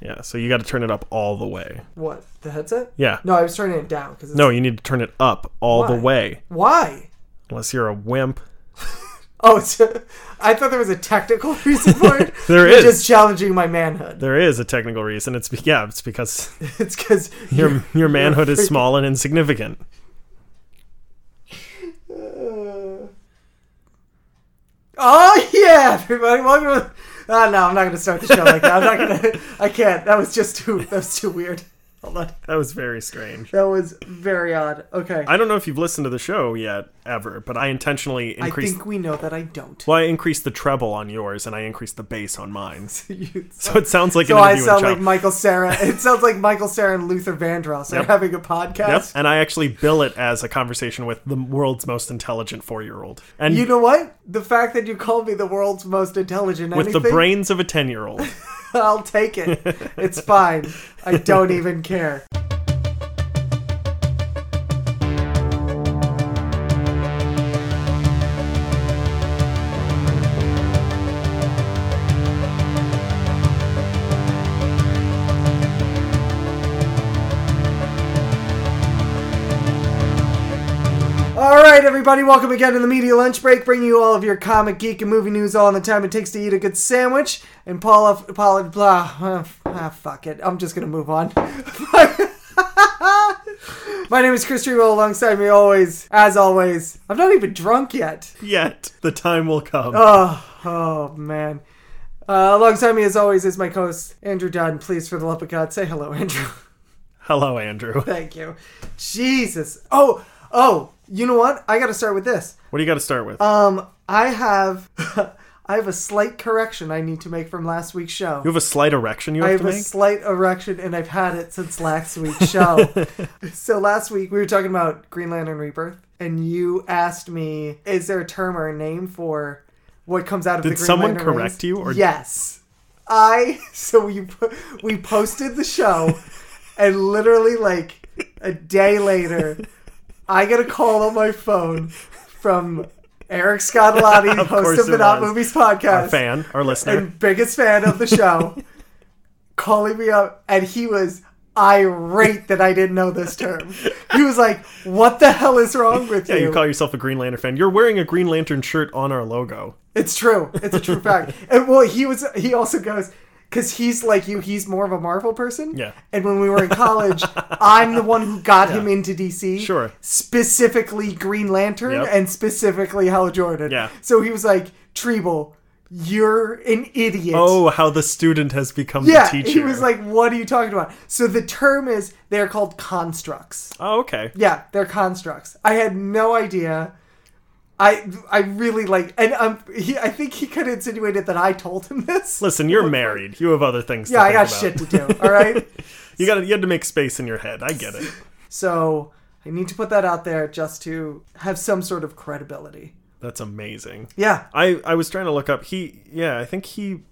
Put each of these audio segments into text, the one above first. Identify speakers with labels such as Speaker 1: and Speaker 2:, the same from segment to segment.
Speaker 1: Yeah, so you got to turn it up all the way.
Speaker 2: What the headset?
Speaker 1: Yeah.
Speaker 2: No, I was turning it down because
Speaker 1: No, you need to turn it up all the
Speaker 2: Why?
Speaker 1: way.
Speaker 2: Why?
Speaker 1: Unless you're a wimp.
Speaker 2: Oh, it's I thought there was a technical reason for it.
Speaker 1: There
Speaker 2: You're
Speaker 1: is.
Speaker 2: just challenging my manhood.
Speaker 1: There is a technical reason. It's be- yeah, it's because
Speaker 2: It's because
Speaker 1: your your manhood is small and insignificant.
Speaker 2: Uh, Oh yeah, everybody, welcome. To... Oh, no, I'm not gonna start the show like that. I'm not gonna. I can't. That was just too. That was too weird. Hold on.
Speaker 1: That was very strange.
Speaker 2: That was very odd. Okay.
Speaker 1: I don't know if you've listened to the show yet ever, but I intentionally
Speaker 2: I
Speaker 1: increased
Speaker 2: think we know that I don't.
Speaker 1: well, I increased the treble on yours and I increased the bass on mine.
Speaker 2: You-
Speaker 1: So it sounds like
Speaker 2: so
Speaker 1: an
Speaker 2: I
Speaker 1: interview with
Speaker 2: sound
Speaker 1: Chow.
Speaker 2: like Michael Sarah. It sounds like Michael Sarah and Luther Vandross are
Speaker 1: Yep.
Speaker 2: having a
Speaker 1: Yep,
Speaker 2: podcast.
Speaker 1: and I actually bill it as a conversation with the world's most intelligent four-year-old, and
Speaker 2: You know what? The fact that you called me the world's most intelligent
Speaker 1: with
Speaker 2: anything,
Speaker 1: the brains of a ten-year-old.
Speaker 2: I'll take it. It's fine. I don't even care. All right, everybody, welcome again to the Media Lunch Break, bringing you all of your comic, geek, and movie news all in the time it takes to eat a good sandwich. And Paula, Paula, blah, uh, ah, fuck it. I'm just gonna move on. My name is Chris Trebo. Alongside me, always, as always, I'm not even drunk yet.
Speaker 1: Yet the time will come.
Speaker 2: Oh, oh man. Uh, alongside me, as always, is my co-host Andrew Dunn. Please, for the love of God, say hello, Andrew.
Speaker 1: Hello, Andrew.
Speaker 2: Thank you. Jesus. Oh, oh. You know what? I got to start with this.
Speaker 1: What do you got to start with?
Speaker 2: Um, I have, I have a slight correction I need to make from last week's show.
Speaker 1: you have a slight erection you
Speaker 2: I
Speaker 1: have
Speaker 2: have
Speaker 1: to
Speaker 2: a
Speaker 1: make.
Speaker 2: slight erection, and I've had it since last week's show. so last week we were talking about Green Lantern Rebirth, and you asked me, "Is there a term or a name for what comes out of the Green
Speaker 1: someone
Speaker 2: Lantern
Speaker 1: correct
Speaker 2: rings?"
Speaker 1: you, or-
Speaker 2: yes, I. So we po- we posted the show, and literally like a day later, I get a call on my phone from Eric Scottolotti, host
Speaker 1: course
Speaker 2: of the
Speaker 1: it
Speaker 2: Not
Speaker 1: was.
Speaker 2: Movies podcast
Speaker 1: our fan, our listener.
Speaker 2: and biggest fan of the show calling me up and he was irate that I didn't know this term. He was like, What the hell is wrong with
Speaker 1: yeah,
Speaker 2: you?
Speaker 1: you call yourself a Green Lantern fan. You're wearing a Green Lantern shirt on our logo.
Speaker 2: it's true. It's a true fact. And well he was he also goes because he's like you, he's more of a Marvel person.
Speaker 1: Yeah.
Speaker 2: And when we were in college, I'm the one who got him into DC.
Speaker 1: Sure.
Speaker 2: Specifically Green Lantern
Speaker 1: Yep.
Speaker 2: and specifically Hal Jordan.
Speaker 1: Yeah.
Speaker 2: So he was like, Treble, you're an idiot.
Speaker 1: Oh, how the student has become
Speaker 2: Yeah,
Speaker 1: the teacher.
Speaker 2: he was like, "What are you talking about?" So the term is they're called constructs.
Speaker 1: oh, okay.
Speaker 2: Yeah, they're constructs. I had no idea. I I really like, and um, he, I think he kind of insinuated that I told him this.
Speaker 1: Listen, you're married. You have other things.
Speaker 2: yeah,
Speaker 1: to
Speaker 2: I
Speaker 1: think
Speaker 2: got
Speaker 1: about.
Speaker 2: shit to do. All right,
Speaker 1: You got. You had to make space in your head. I get it.
Speaker 2: so I need to put that out there just to have some sort of credibility.
Speaker 1: That's amazing.
Speaker 2: Yeah,
Speaker 1: I I was trying to look up. He yeah, I think he.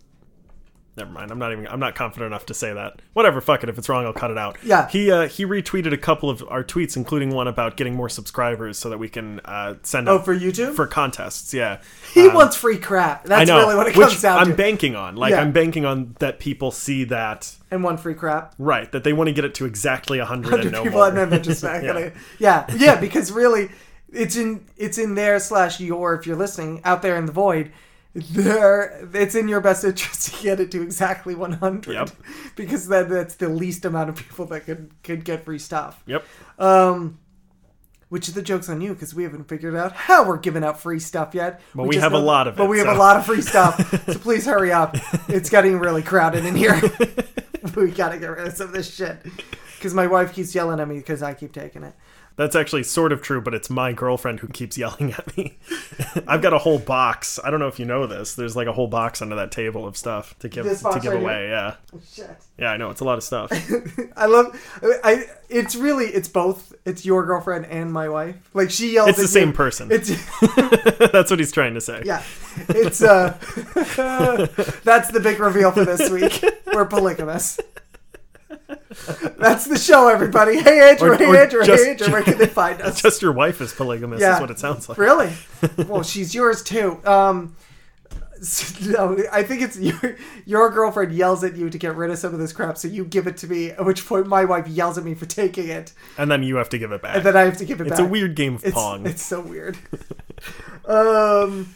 Speaker 1: Never mind. I'm not even. I'm not confident enough to say that. Whatever. Fuck it. If it's wrong, I'll cut it out.
Speaker 2: Yeah.
Speaker 1: He uh, he retweeted a couple of our tweets, including one about getting more subscribers so that we can uh, send
Speaker 2: Oh,
Speaker 1: out
Speaker 2: for YouTube?
Speaker 1: for contests. Yeah.
Speaker 2: he
Speaker 1: Um,
Speaker 2: wants free crap. That's really what it
Speaker 1: which
Speaker 2: comes down
Speaker 1: I'm
Speaker 2: to.
Speaker 1: banking on. Like
Speaker 2: Yeah.
Speaker 1: I'm banking on that people see that
Speaker 2: and one free crap.
Speaker 1: right that they want to get it to exactly 100, and
Speaker 2: hundred
Speaker 1: no
Speaker 2: people
Speaker 1: more.
Speaker 2: and then they're just not
Speaker 1: Yeah.
Speaker 2: gonna yeah yeah because really it's in it's in there slash your if you're listening out there in the void there it's in your best interest to get it to exactly 100
Speaker 1: Yep.
Speaker 2: because then that's the least amount of people that could could get free stuff
Speaker 1: Yep.
Speaker 2: um which the joke's on you because we haven't figured out how we're giving out free stuff yet. But
Speaker 1: we have a lot of
Speaker 2: But
Speaker 1: it,
Speaker 2: we have
Speaker 1: so.
Speaker 2: a lot of free stuff, so please hurry up. It's getting really crowded in here. we gotta get rid of some of this shit because my wife keeps yelling at me because I keep taking it.
Speaker 1: That's actually sort of true, but it's my girlfriend who keeps yelling at me. I've got a whole box. I don't know if you know this. There's like a whole box under that table of stuff to give
Speaker 2: This
Speaker 1: to
Speaker 2: box
Speaker 1: give
Speaker 2: right
Speaker 1: away. Yeah,
Speaker 2: Shit.
Speaker 1: yeah, I know. It's a lot of stuff.
Speaker 2: I love. I. It's really. It's both. It's your girlfriend and my wife. Like she yells.
Speaker 1: It's the
Speaker 2: at
Speaker 1: same
Speaker 2: you.
Speaker 1: person.
Speaker 2: It's.
Speaker 1: That's what he's trying to say.
Speaker 2: Yeah, it's uh, that's the big reveal for this week. We're polygamous. That's the show, everybody. Hey Andrew,
Speaker 1: Or-
Speaker 2: hey
Speaker 1: or
Speaker 2: Andrew,
Speaker 1: just-
Speaker 2: hey Andrew. Where can they find us?
Speaker 1: Just your wife is polygamous.
Speaker 2: Yeah.
Speaker 1: Is what it sounds like.
Speaker 2: really? Well, she's yours too. Um, no, I think it's your your girlfriend yells at you to get rid of some of this crap, so you give it to me. At which point, my wife yells at me for taking it,
Speaker 1: and then you have to give it back.
Speaker 2: and then I have to give it
Speaker 1: it's
Speaker 2: back.
Speaker 1: a weird game of
Speaker 2: It's,
Speaker 1: Pong.
Speaker 2: it's so weird. um.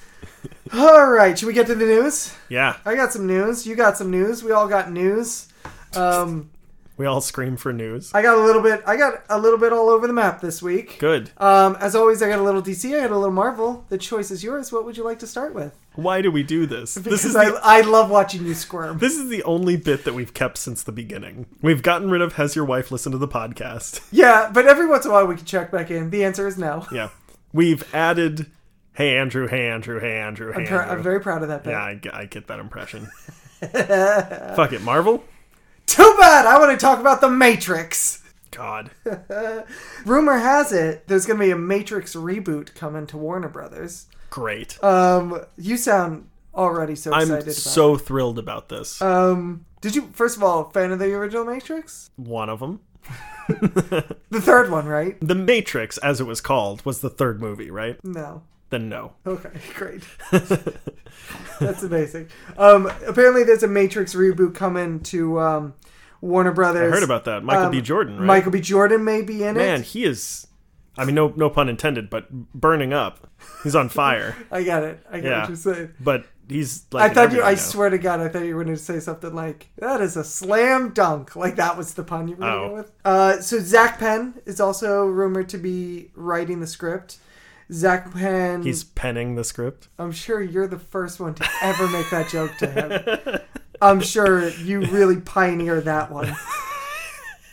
Speaker 2: All right, should we get to the news?
Speaker 1: yeah,
Speaker 2: I got some news. You got some news. We all got news. Um,
Speaker 1: we all scream for news.
Speaker 2: I got a little bit. I got a little bit all over the map this week.
Speaker 1: Good.
Speaker 2: Um, as always, I got a little DC. I got a little Marvel. The choice is yours. What would you like to start with?
Speaker 1: Why do we do this? This
Speaker 2: Because
Speaker 1: is
Speaker 2: I,
Speaker 1: the,
Speaker 2: I love watching you squirm.
Speaker 1: this is the only bit that we've kept since the beginning. We've gotten rid of has your wife listened to the podcast?
Speaker 2: Yeah, but every once in a while we can check back in. The answer is no.
Speaker 1: Yeah. We've added hey Andrew, hey Andrew, hey Andrew, hey
Speaker 2: I'm, pr- I'm
Speaker 1: Andrew.
Speaker 2: very proud of that. Bit.
Speaker 1: yeah, I, get- I get that impression. Fuck it, Marvel?
Speaker 2: Too bad. I want to talk about the Matrix.
Speaker 1: God.
Speaker 2: Rumor has it there's going to be a Matrix reboot coming to Warner Brothers.
Speaker 1: Great.
Speaker 2: Um, you sound already so
Speaker 1: I'm
Speaker 2: excited. about
Speaker 1: so thrilled about this.
Speaker 2: it. Um, did you first of all fan of the original Matrix?
Speaker 1: One of them.
Speaker 2: The third one, right?
Speaker 1: The Matrix, as it was called, was the third movie, right?
Speaker 2: No.
Speaker 1: Then no.
Speaker 2: Okay, great. That's amazing. Um, apparently, there's a Matrix reboot coming to um, Warner Brothers.
Speaker 1: I heard about that. Michael
Speaker 2: Um,
Speaker 1: B. Jordan, right?
Speaker 2: Michael B. Jordan may be in
Speaker 1: Man,
Speaker 2: it.
Speaker 1: he is. I mean, no, no pun intended, but burning up. He's on fire.
Speaker 2: I got it. I got
Speaker 1: Yeah.
Speaker 2: what you're saying.
Speaker 1: but he's like.
Speaker 2: I
Speaker 1: in
Speaker 2: thought you.
Speaker 1: everything
Speaker 2: I
Speaker 1: now.
Speaker 2: swear to God, I thought you were going to say something like "That is a slam dunk." Like that was the pun you were going
Speaker 1: Oh.
Speaker 2: to go with. Uh, so Zach Penn is also rumored to be writing the script. Zach Penn.
Speaker 1: He's penning the script.
Speaker 2: I'm sure you're the first one to ever make that joke to him. I'm sure you really pioneered that one.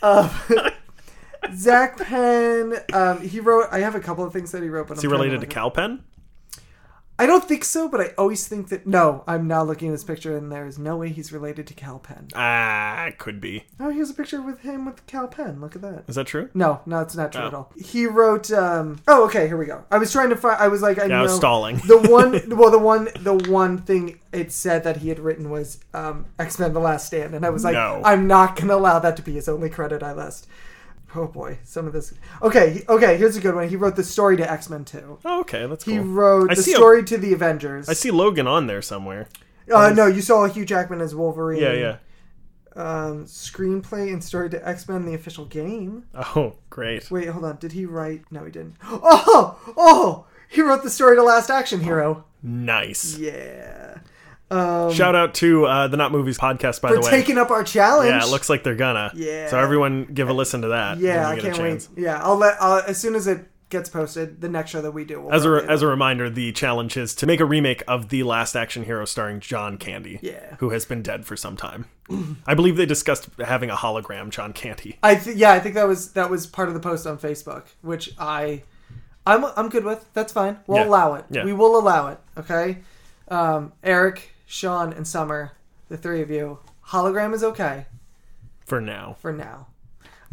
Speaker 2: Um, Zach Penn, um, he wrote. I have a couple of things that he wrote, but
Speaker 1: Is he
Speaker 2: I'm
Speaker 1: related to
Speaker 2: Cal?
Speaker 1: Calpen?
Speaker 2: I don't think so, but I always think that. No, I'm now looking at his picture, and there is no way he's related to Cal Penn.
Speaker 1: Ah, could be.
Speaker 2: Oh, here's a picture with him with Cal Penn. Look at that.
Speaker 1: Is that true?
Speaker 2: No, no, it's not true
Speaker 1: Oh.
Speaker 2: at all. He wrote. um Oh, okay, here we go. I was trying to find. I was like, I
Speaker 1: Yeah,
Speaker 2: know
Speaker 1: I was stalling.
Speaker 2: the one. Well, the one. The one thing it said that he had written was um X Men: The Last Stand, and I was like,
Speaker 1: No.
Speaker 2: I'm not gonna allow that to be his only credit I list. Oh boy, some of this. Okay, he- okay. Here's a good one. He wrote the story to X Men Two.
Speaker 1: Oh, okay, that's cool.
Speaker 2: He wrote
Speaker 1: I
Speaker 2: the
Speaker 1: see a-
Speaker 2: story to the Avengers.
Speaker 1: I see Logan on there somewhere.
Speaker 2: Uh, no, you saw Hugh Jackman as Wolverine.
Speaker 1: Yeah, yeah.
Speaker 2: Um, screenplay and story to X Men: The Official Game.
Speaker 1: Oh, great.
Speaker 2: Wait, hold on. Did he write? No, he didn't. Oh, oh! He wrote the story to Last Action Hero.
Speaker 1: Nice.
Speaker 2: Yeah. Um,
Speaker 1: Shout out to uh, the Not Movies podcast, by
Speaker 2: for
Speaker 1: the way.
Speaker 2: taking up our challenge.
Speaker 1: yeah, it looks like they're gonna.
Speaker 2: Yeah.
Speaker 1: So everyone, give a listen to that.
Speaker 2: Yeah,
Speaker 1: when
Speaker 2: I
Speaker 1: you
Speaker 2: can't
Speaker 1: get a chance.
Speaker 2: wait. Yeah, I'll let I'll, as soon as it gets posted. The next show that we do. We'll
Speaker 1: As a
Speaker 2: probably-
Speaker 1: as a reminder, the challenge is to make a remake of the Last Action Hero starring John Candy,
Speaker 2: Yeah.
Speaker 1: who has been dead for some time. I believe they discussed having a hologram John Candy.
Speaker 2: I th- yeah, I think that was that was part of the post on Facebook, which I, I'm I'm good with. That's fine. We'll
Speaker 1: Yeah.
Speaker 2: allow it.
Speaker 1: Yeah.
Speaker 2: We will allow it. Okay. Um, Eric, Sean, and Summer, the three of you. Hologram is okay
Speaker 1: For now,
Speaker 2: for now.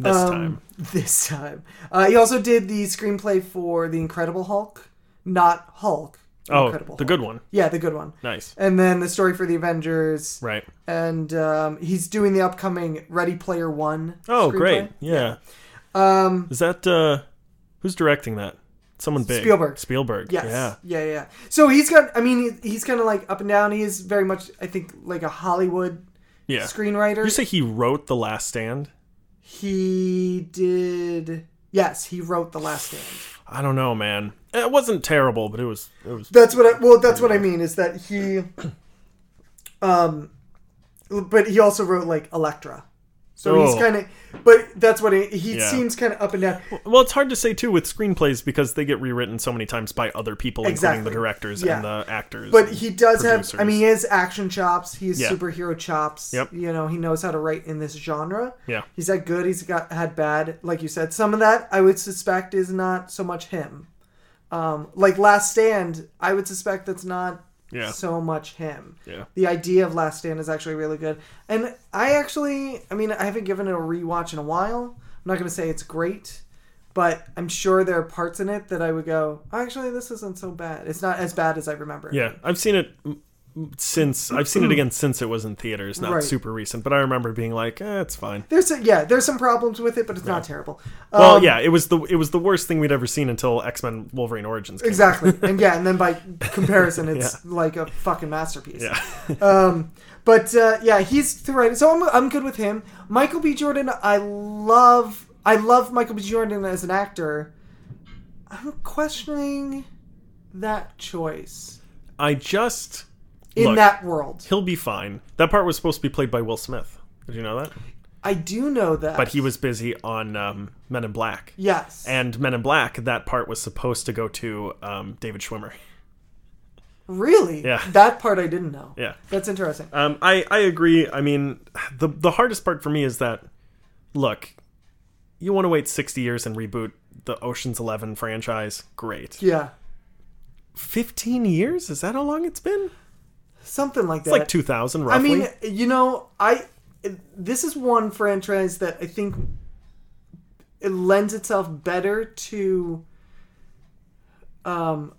Speaker 1: this
Speaker 2: Um,
Speaker 1: time,
Speaker 2: This time. Uh, he also did the screenplay for The Incredible Hulk, not Hulk.
Speaker 1: oh,
Speaker 2: Incredible
Speaker 1: the
Speaker 2: Hulk.
Speaker 1: good one.
Speaker 2: Yeah, the good one.
Speaker 1: Nice,
Speaker 2: And then the story for the Avengers.
Speaker 1: right?
Speaker 2: And um, he's doing the upcoming Ready Player One.
Speaker 1: Oh,
Speaker 2: screenplay.
Speaker 1: great. Yeah.
Speaker 2: Um,
Speaker 1: Is that uh who's directing that? Someone big.
Speaker 2: Spielberg.
Speaker 1: Spielberg.
Speaker 2: Yes.
Speaker 1: Yeah.
Speaker 2: Yeah, yeah. So he's got. I mean, he- he's kind of like up and down. He is very much, I think, like a Hollywood
Speaker 1: Yeah.
Speaker 2: screenwriter.
Speaker 1: You say he wrote The Last Stand?
Speaker 2: he did. Yes, he wrote The Last Stand.
Speaker 1: I don't know, man. It wasn't terrible, but it was it was
Speaker 2: That's what. I, well, that's what I mean is that he. Um, but he also wrote like Elektra. So he's
Speaker 1: Oh.
Speaker 2: kind of, but that's what he, he
Speaker 1: Yeah.
Speaker 2: seems kind of up and down.
Speaker 1: Well, it's hard to say too with screenplays because they get rewritten so many times by other people including the
Speaker 2: Exactly.
Speaker 1: directors
Speaker 2: Yeah.
Speaker 1: and the actors.
Speaker 2: But
Speaker 1: and
Speaker 2: he does have. I
Speaker 1: producers.
Speaker 2: mean, he has action chops. He has
Speaker 1: Yeah.
Speaker 2: superhero chops.
Speaker 1: Yep.
Speaker 2: You know, he knows how to write in this genre.
Speaker 1: Yeah.
Speaker 2: He's had good. He's got had bad. Like you said, some of that I would suspect is not so much him. Um, like Last Stand, I would suspect that's not
Speaker 1: Yeah.
Speaker 2: so much him.
Speaker 1: Yeah.
Speaker 2: The idea of Last Stand is actually really good, and I actually, I mean, I haven't given it a rewatch in a while. I'm not gonna say it's great, but I'm sure there are parts in it that I would go, actually, this isn't so bad. It's not as bad as I remember. it
Speaker 1: Yeah, I've seen it m- since I've seen it again since it was in theaters, not
Speaker 2: Right.
Speaker 1: super recent. But I remember being like, eh, it's fine.
Speaker 2: There's some, yeah, there's some problems with it, but it's not terrible.
Speaker 1: Well,
Speaker 2: Um,
Speaker 1: yeah, it was the it was the worst thing we'd ever seen until X Men Wolverine Origins. Came
Speaker 2: exactly, and yeah, and then by comparison, it's like a fucking masterpiece.
Speaker 1: Yeah.
Speaker 2: Um, but uh, yeah, he's the right. So I'm, I'm good with him. Michael B. Jordan, I love I love Michael B. Jordan as an actor. I'm questioning that choice
Speaker 1: I just
Speaker 2: in
Speaker 1: Look.
Speaker 2: that world.
Speaker 1: he'll be fine. That part was supposed to be played by Will Smith. Did you know that?
Speaker 2: I do know that,
Speaker 1: But he was busy on um, Men in Black.
Speaker 2: yes,
Speaker 1: And Men in Black, that part was supposed to go to um, David Schwimmer.
Speaker 2: really,
Speaker 1: Yeah.
Speaker 2: that part I didn't know.
Speaker 1: Yeah.
Speaker 2: That's interesting.
Speaker 1: Um, I I agree. I mean, the the hardest part for me is that, look, you want to wait sixty years and reboot the Ocean's Eleven franchise. Great.
Speaker 2: Yeah,
Speaker 1: Fifteen years? Is that how long it's been?
Speaker 2: something like that.
Speaker 1: It's like two thousand
Speaker 2: I
Speaker 1: roughly.
Speaker 2: mean, you know, I this is one franchise that I think it lends itself better to um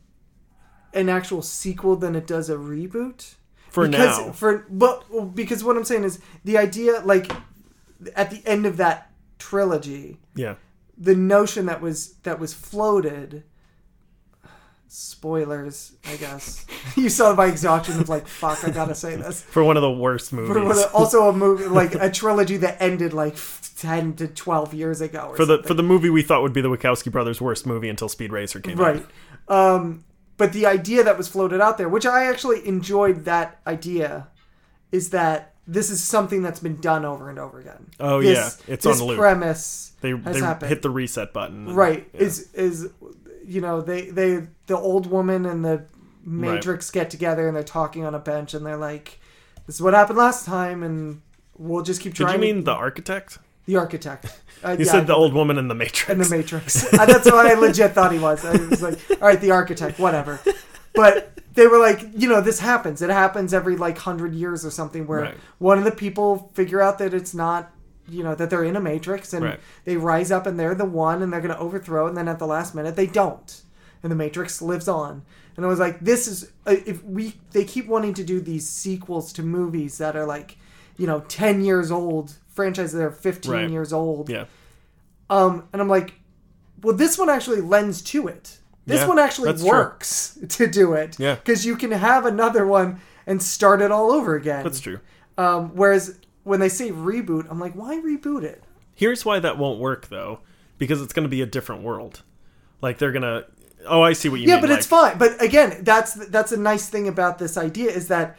Speaker 2: an actual sequel than it does a reboot.
Speaker 1: For
Speaker 2: because,
Speaker 1: now.
Speaker 2: For but because what I'm saying is the idea like at the end of that trilogy,
Speaker 1: yeah.
Speaker 2: the notion that was that was floated spoilers, I guess. you saw my exhaustion of like, fuck, I gotta say this.
Speaker 1: For one of the worst movies.
Speaker 2: But was also a movie like a trilogy that ended like ten to twelve years ago. Or
Speaker 1: for the
Speaker 2: something.
Speaker 1: for the movie we thought would be the Wachowski brothers' worst movie until Speed Racer came out.
Speaker 2: right, um, but the idea that was floated out there, which I actually enjoyed that idea, is that this is something that's been done over and over again.
Speaker 1: Oh,
Speaker 2: This-
Speaker 1: yeah. It's
Speaker 2: this
Speaker 1: on loop.
Speaker 2: premise
Speaker 1: They
Speaker 2: has
Speaker 1: they
Speaker 2: happened.
Speaker 1: hit the reset button. and-
Speaker 2: right
Speaker 1: yeah.
Speaker 2: is is you know they they the old woman and the matrix get together and they're talking on a bench and they're like this is what happened last time and we'll just keep
Speaker 1: Did
Speaker 2: trying
Speaker 1: you
Speaker 2: to-
Speaker 1: mean the architect?
Speaker 2: the architect uh,
Speaker 1: You
Speaker 2: yeah,
Speaker 1: said the old woman in the Matrix.
Speaker 2: in the Matrix. Uh, that's what I legit thought he was. I was like, all right, the architect, whatever. But they were like, you know, this happens. It happens every like hundred years or something, where
Speaker 1: Right.
Speaker 2: one of the people figure out that it's not, you know, that they're in a Matrix, and
Speaker 1: Right.
Speaker 2: they rise up and they're the one, and they're going to overthrow. it, And then at the last minute, they don't, and the Matrix lives on. And I was like, this is uh, if we they keep wanting to do these sequels to movies that are like, you know, ten years old franchises that are fifteen
Speaker 1: Right.
Speaker 2: years old.
Speaker 1: yeah.
Speaker 2: Um, and I'm like, well, this one actually lends to it. This
Speaker 1: Yeah,
Speaker 2: one actually
Speaker 1: that's true.
Speaker 2: works to do it.
Speaker 1: Yeah.
Speaker 2: Because you can have another one and start it all over again.
Speaker 1: That's true.
Speaker 2: Um, whereas when they say reboot, I'm like, why reboot it?
Speaker 1: Here's why that won't work though, because it's going to be a different world. Like they're gonna. Oh, I see what you
Speaker 2: Yeah,
Speaker 1: mean.
Speaker 2: but
Speaker 1: like,
Speaker 2: it's fine. But again, that's that's a nice thing about this idea is that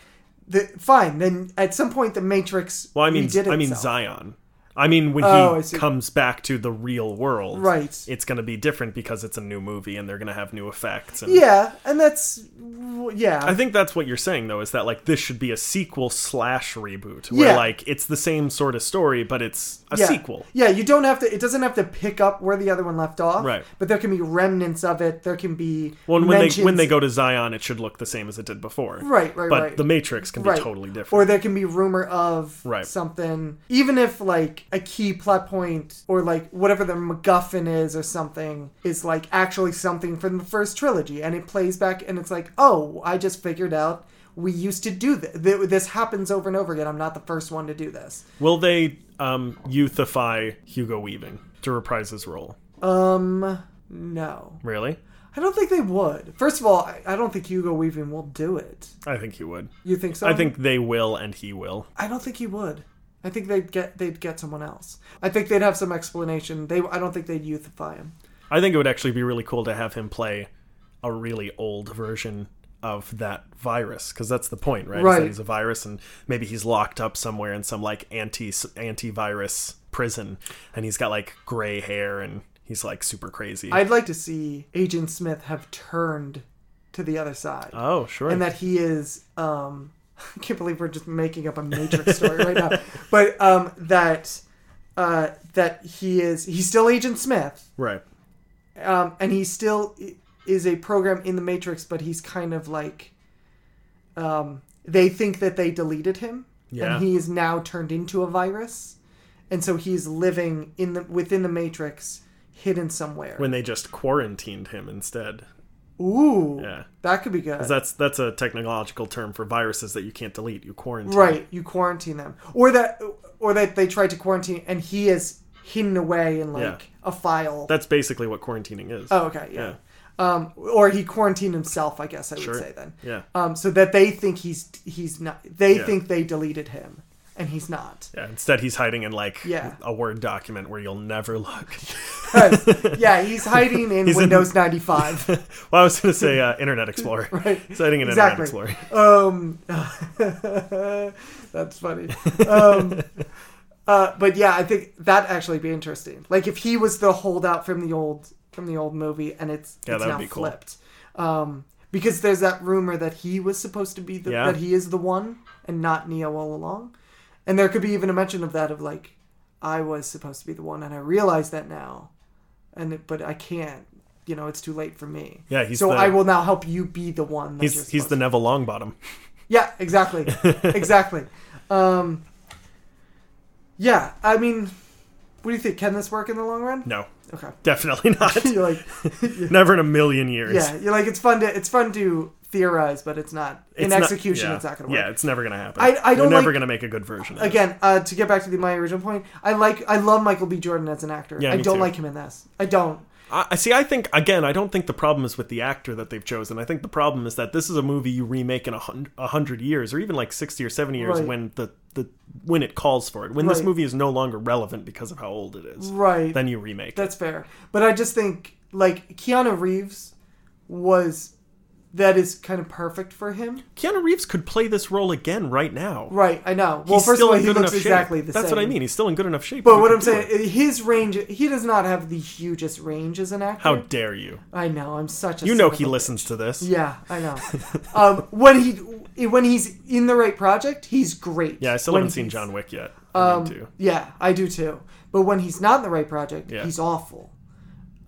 Speaker 2: the fine. Then at some point, the Matrix.
Speaker 1: Well, I mean,
Speaker 2: redid
Speaker 1: I mean
Speaker 2: itself.
Speaker 1: Zion. I mean when
Speaker 2: Oh, I
Speaker 1: he
Speaker 2: see.
Speaker 1: comes back to the real world,
Speaker 2: Right.
Speaker 1: It's going to be different because it's a new movie and they're going to have new effects. And
Speaker 2: Yeah, and that's well, yeah.
Speaker 1: I think that's what you're saying though, is that like this should be a sequel slash reboot, where
Speaker 2: Yeah.
Speaker 1: like it's the same sort of story, but it's a
Speaker 2: yeah.
Speaker 1: sequel.
Speaker 2: Yeah, you don't have to. It doesn't have to pick up where the other one left off.
Speaker 1: Right.
Speaker 2: But there can be remnants of it. There can be
Speaker 1: Well, and when they
Speaker 2: mentions-
Speaker 1: when they go to Zion, it should look the same as it did before.
Speaker 2: Right, right,
Speaker 1: But
Speaker 2: right.
Speaker 1: the Matrix can be
Speaker 2: Right.
Speaker 1: totally different.
Speaker 2: Or there can be rumor of
Speaker 1: Right.
Speaker 2: something, even if like a key plot point or like whatever the MacGuffin is or something is like actually something from the first trilogy, and it plays back, and it's like, oh, I just figured out we used to do this. This happens over and over again. I'm not the first one to do this.
Speaker 1: Will they um, youthify Hugo Weaving to reprise his role?
Speaker 2: Um, no,
Speaker 1: Really?
Speaker 2: I don't think they would. First of all, I, I don't think Hugo Weaving will do it.
Speaker 1: I think he would.
Speaker 2: You think so?
Speaker 1: I think they will, and he will.
Speaker 2: I don't think he would. I think they'd get they'd get someone else. I think they'd have some explanation. They I don't think they'd youthify him.
Speaker 1: I think it would actually be really cool to have him play a really old version of that virus because that's the point, right? Is that
Speaker 2: Right.
Speaker 1: he's a virus, and maybe he's locked up somewhere in some like anti antivirus prison, and he's got like gray hair and he's like super crazy.
Speaker 2: I'd like to see Agent Smith have turned to the other side,
Speaker 1: oh, sure.
Speaker 2: and that he is. Um, I can't believe we're just making up a Matrix story right now, but um, that uh, that he is he's still Agent Smith,
Speaker 1: right.
Speaker 2: um, and he still i- is a program in the Matrix, but he's kind of like, um, they think that they deleted him,
Speaker 1: Yeah.
Speaker 2: and he is now turned into a virus, and so he's living in the within the Matrix, hidden somewhere.
Speaker 1: When they just quarantined him instead.
Speaker 2: Ooh,
Speaker 1: Yeah.
Speaker 2: that could be good.
Speaker 1: 'Cause That's that's a technological term for viruses that you can't delete. You quarantine.
Speaker 2: right, you quarantine them, or that, or that they tried to quarantine and he is hidden away in like
Speaker 1: Yeah.
Speaker 2: a file.
Speaker 1: That's basically what quarantining is.
Speaker 2: oh, okay, yeah. Um, or he quarantined himself, I guess I
Speaker 1: Sure.
Speaker 2: would say then.
Speaker 1: Yeah.
Speaker 2: Um, so that they think he's he's not. They
Speaker 1: Yeah.
Speaker 2: think they deleted him, and he's not.
Speaker 1: Yeah. Instead, he's hiding in like
Speaker 2: Yeah.
Speaker 1: a Word document where you'll never look.
Speaker 2: yeah, he's hiding in
Speaker 1: He's in-
Speaker 2: Windows 95.
Speaker 1: well, I was going to say uh, Internet Explorer.
Speaker 2: Right.
Speaker 1: He's hiding in
Speaker 2: Exactly.
Speaker 1: Internet Explorer.
Speaker 2: Um, that's funny. Um, uh, but yeah, I think that actually be interesting. Like if he was the holdout from the old from the old movie, and it's
Speaker 1: Yeah,
Speaker 2: it's
Speaker 1: that would
Speaker 2: now
Speaker 1: be cool.
Speaker 2: flipped. Um, because there's that rumor that he was supposed to be the
Speaker 1: Yeah.
Speaker 2: that he is the one and not Neo all along, and there could be even a mention of that of like I was supposed to be the one, and I realize that now, and it, but I can't. You know, it's too late for me.
Speaker 1: Yeah, he's
Speaker 2: so
Speaker 1: the-
Speaker 2: I will now help you be the one. That you're
Speaker 1: He's he's
Speaker 2: supposed
Speaker 1: the Neville Longbottom.
Speaker 2: yeah, exactly. exactly. Um, yeah, I mean, what do you think? Can this work in the long run?
Speaker 1: No,
Speaker 2: Okay.
Speaker 1: definitely not.
Speaker 2: you're like,
Speaker 1: Never in a million years.
Speaker 2: yeah, you're like, it's fun to it's fun to theorize, but it's not in
Speaker 1: It's not-
Speaker 2: execution.
Speaker 1: yeah.
Speaker 2: it's not going to work.
Speaker 1: Yeah, it's never gonna happen.
Speaker 2: I- I
Speaker 1: They're
Speaker 2: don't
Speaker 1: never
Speaker 2: like-
Speaker 1: gonna make a good version. Of it.
Speaker 2: Again, uh, to get back to the, my original point, I like I love Michael B. Jordan as an actor.
Speaker 1: Yeah,
Speaker 2: I
Speaker 1: me
Speaker 2: don't
Speaker 1: too.
Speaker 2: like him in this. I don't.
Speaker 1: I I- see. I think again, I don't think the problem is with the actor that they've chosen. I think the problem is that this is a movie you remake in a hun- a hundred years, or even like sixty or seventy years,
Speaker 2: Right.
Speaker 1: when the, the when it calls for it. When this
Speaker 2: Right.
Speaker 1: movie is no longer relevant because of how old it is,
Speaker 2: Right.
Speaker 1: then you remake. it.
Speaker 2: That's fair. But I just think like Keanu Reeves was that is kind of perfect for him.
Speaker 1: Keanu Reeves could play this role again right now.
Speaker 2: Right, I know. Well,
Speaker 1: He's
Speaker 2: first
Speaker 1: still
Speaker 2: of all,
Speaker 1: in
Speaker 2: he
Speaker 1: good enough
Speaker 2: looks
Speaker 1: shape.
Speaker 2: exactly the same.
Speaker 1: That's what I mean. He's still in good enough shape.
Speaker 2: But
Speaker 1: He
Speaker 2: what
Speaker 1: could do
Speaker 2: I'm
Speaker 1: it.
Speaker 2: saying, his range, he does not have the hugest range as an actor.
Speaker 1: how dare you?
Speaker 2: I know, I'm such a.
Speaker 1: You know
Speaker 2: son of
Speaker 1: he
Speaker 2: a-
Speaker 1: listens to this.
Speaker 2: Yeah, I know. um, when he when he's in the right project, he's great.
Speaker 1: Yeah, I still
Speaker 2: When
Speaker 1: haven't seen
Speaker 2: he's-
Speaker 1: John Wick yet. I need
Speaker 2: Um,
Speaker 1: to.
Speaker 2: yeah, I do too. But when he's not in the right project,
Speaker 1: Yeah.
Speaker 2: he's awful.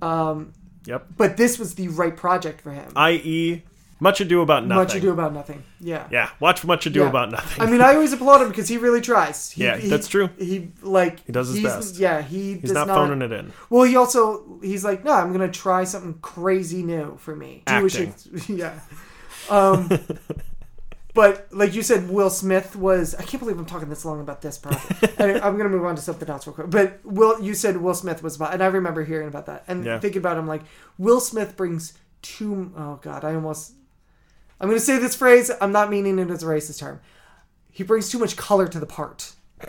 Speaker 2: Um,
Speaker 1: Yep.
Speaker 2: But this was the right project for him.
Speaker 1: I.e., Much Ado About Nothing.
Speaker 2: Much ado about nothing. Yeah.
Speaker 1: Yeah, watch Much Ado
Speaker 2: Yeah.
Speaker 1: About Nothing.
Speaker 2: I mean, I always applaud him because he really tries. He,
Speaker 1: Yeah,
Speaker 2: he-
Speaker 1: that's true.
Speaker 2: He like he
Speaker 1: does his best.
Speaker 2: Yeah, he
Speaker 1: he's
Speaker 2: does
Speaker 1: not, phoning it in.
Speaker 2: Well, he also he's like, no, I'm gonna try something crazy new for me. Do what
Speaker 1: Acting.
Speaker 2: you- yeah. Um, but like you said, Will Smith was. I can't believe I'm talking this long about this project. and I'm gonna move on to something else real quick. But Will, you said Will Smith was about, and I remember hearing about that and
Speaker 1: Yeah.
Speaker 2: thinking about him like Will Smith brings too. Oh God, I almost. I'm gonna say this phrase. I'm not meaning it as a racist term. He brings too much color to the part.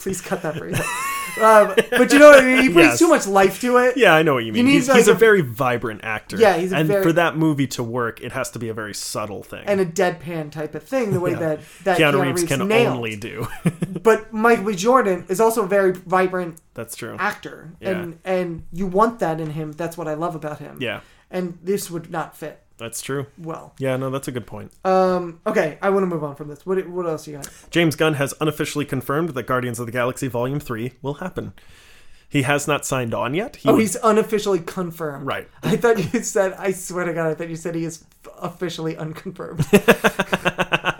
Speaker 2: Please cut that phrase. um, but you know what I mean. He brings
Speaker 1: Yes.
Speaker 2: too much life to it.
Speaker 1: Yeah, I know what you mean.
Speaker 2: need,
Speaker 1: he's,
Speaker 2: like,
Speaker 1: he's a,
Speaker 2: a-
Speaker 1: very vibrant actor.
Speaker 2: Yeah, he's a
Speaker 1: and
Speaker 2: very-
Speaker 1: for that movie to work, it has to be a very subtle thing.
Speaker 2: and a deadpan type of thing, the way that that
Speaker 1: Keanu, Reeves, can
Speaker 2: nailed.
Speaker 1: only do.
Speaker 2: But Michael B. Jordan is also a very vibrant
Speaker 1: That's true.
Speaker 2: actor, and and you want that in him. That's what I love about him.
Speaker 1: Yeah,
Speaker 2: and this would not fit
Speaker 1: that's true.
Speaker 2: well.
Speaker 1: Yeah, no, that's a good point.
Speaker 2: Um, okay, I want to move on from this. What what else you got?
Speaker 1: James Gunn has unofficially confirmed that Guardians of the Galaxy Volume 3 will happen. He has not signed on yet. He
Speaker 2: Oh,
Speaker 1: would-
Speaker 2: he's unofficially confirmed.
Speaker 1: Right.
Speaker 2: I thought you said. I swear to God, I thought you said he is officially unconfirmed.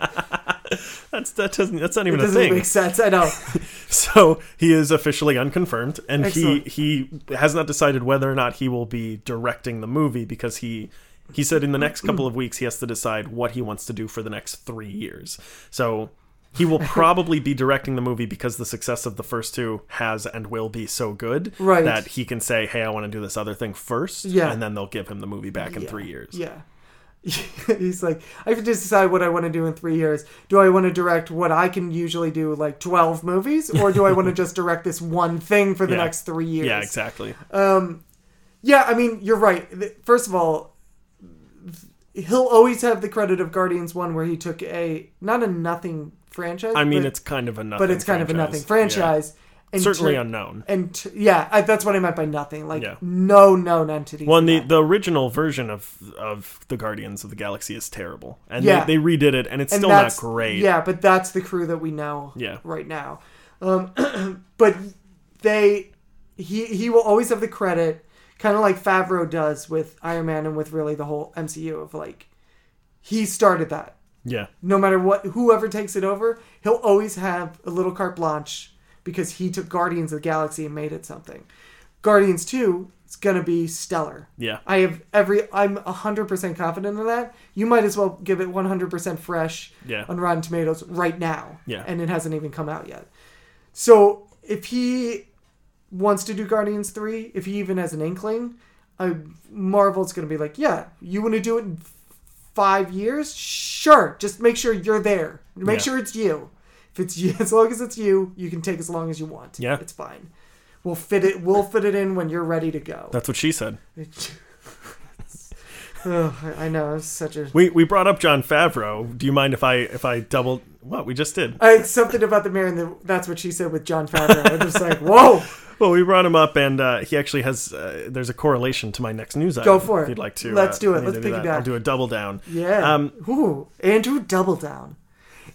Speaker 1: that's that doesn't that's not
Speaker 2: It
Speaker 1: even a
Speaker 2: doesn't
Speaker 1: thing.
Speaker 2: make sense. I know.
Speaker 1: So he is officially unconfirmed, and
Speaker 2: Excellent.
Speaker 1: he he has not decided whether or not he will be directing the movie because he he said in the next couple of weeks he has to decide what he wants to do for the next three years. So he will probably be directing the movie because the success of the first two has and will be so good
Speaker 2: Right.
Speaker 1: that he can say, "Hey, I want to do this other thing first,
Speaker 2: Yeah.
Speaker 1: and then they'll give him the movie back in
Speaker 2: Yeah.
Speaker 1: three years.
Speaker 2: Yeah. He's like, I have to decide what I want to do in three years. Do I want to direct what I can usually do, like 12 movies, or do I want to just direct this one thing for the
Speaker 1: Yeah.
Speaker 2: next three years?
Speaker 1: Yeah, exactly.
Speaker 2: uh, Yeah, I mean, you're right. Th- First of all, th- he'll always have the credit of Guardians 1, where he took a, not a nothing franchise.
Speaker 1: I mean,
Speaker 2: but,
Speaker 1: it's kind of a nothing,
Speaker 2: But it's kind of a nothing
Speaker 1: Yeah.
Speaker 2: franchise. And
Speaker 1: Certainly
Speaker 2: tur-
Speaker 1: unknown.
Speaker 2: And t- yeah, I, that's what I meant by nothing. Like,
Speaker 1: Yeah.
Speaker 2: no known entity.
Speaker 1: Well, and the, the original version of of the Guardians of the Galaxy is terrible, and
Speaker 2: Yeah.
Speaker 1: they, they redid it, and it's
Speaker 2: And
Speaker 1: still not
Speaker 2: that's-
Speaker 1: great.
Speaker 2: Yeah, but that's the crew that we know
Speaker 1: Yeah.
Speaker 2: right now. Um, but they, he he will always have the credit, kind of like Favreau does with Iron Man and with really the whole MCU of like, he started that.
Speaker 1: yeah,
Speaker 2: No matter what, whoever takes it over, he'll always have a little carte blanche because he took Guardians of the Galaxy and made it something. Guardians 2 is going to be stellar.
Speaker 1: Yeah.
Speaker 2: I have every I'm 100% confident in that. You might as well give it 100% fresh
Speaker 1: Yeah.
Speaker 2: on Rotten Tomatoes right now.
Speaker 1: Yeah.
Speaker 2: And it hasn't even come out yet. So, if he wants to do Guardians 3, if he even has an inkling, I Marvel's going to be like, "Yeah, you want to do it in 5 years? Sure, just make sure you're there. Make
Speaker 1: Yeah.
Speaker 2: sure it's you. If it's you, as long as it's you, you can take as long as you want.
Speaker 1: Yeah.
Speaker 2: It's fine. We'll fit it we'll fit it in when you're ready to go."
Speaker 1: That's what she said.
Speaker 2: oh, I, I know. It's such a.
Speaker 1: We we brought up John Favreau. Do you mind if I if I double what we just did?
Speaker 2: I, something about the mayor, and the, that's what she said with John Favreau. I'm just like, whoa.
Speaker 1: Well, we brought him up, and uh, he actually has. Uh, there's a correlation to my next news item.
Speaker 2: Go for
Speaker 1: If
Speaker 2: it.
Speaker 1: you'd like to,
Speaker 2: Let's
Speaker 1: uh,
Speaker 2: do it.
Speaker 1: need
Speaker 2: Let's
Speaker 1: to do that.
Speaker 2: piggyback.
Speaker 1: I'll do a double down.
Speaker 2: Yeah.
Speaker 1: Um,
Speaker 2: Ooh, Andrew Double Down.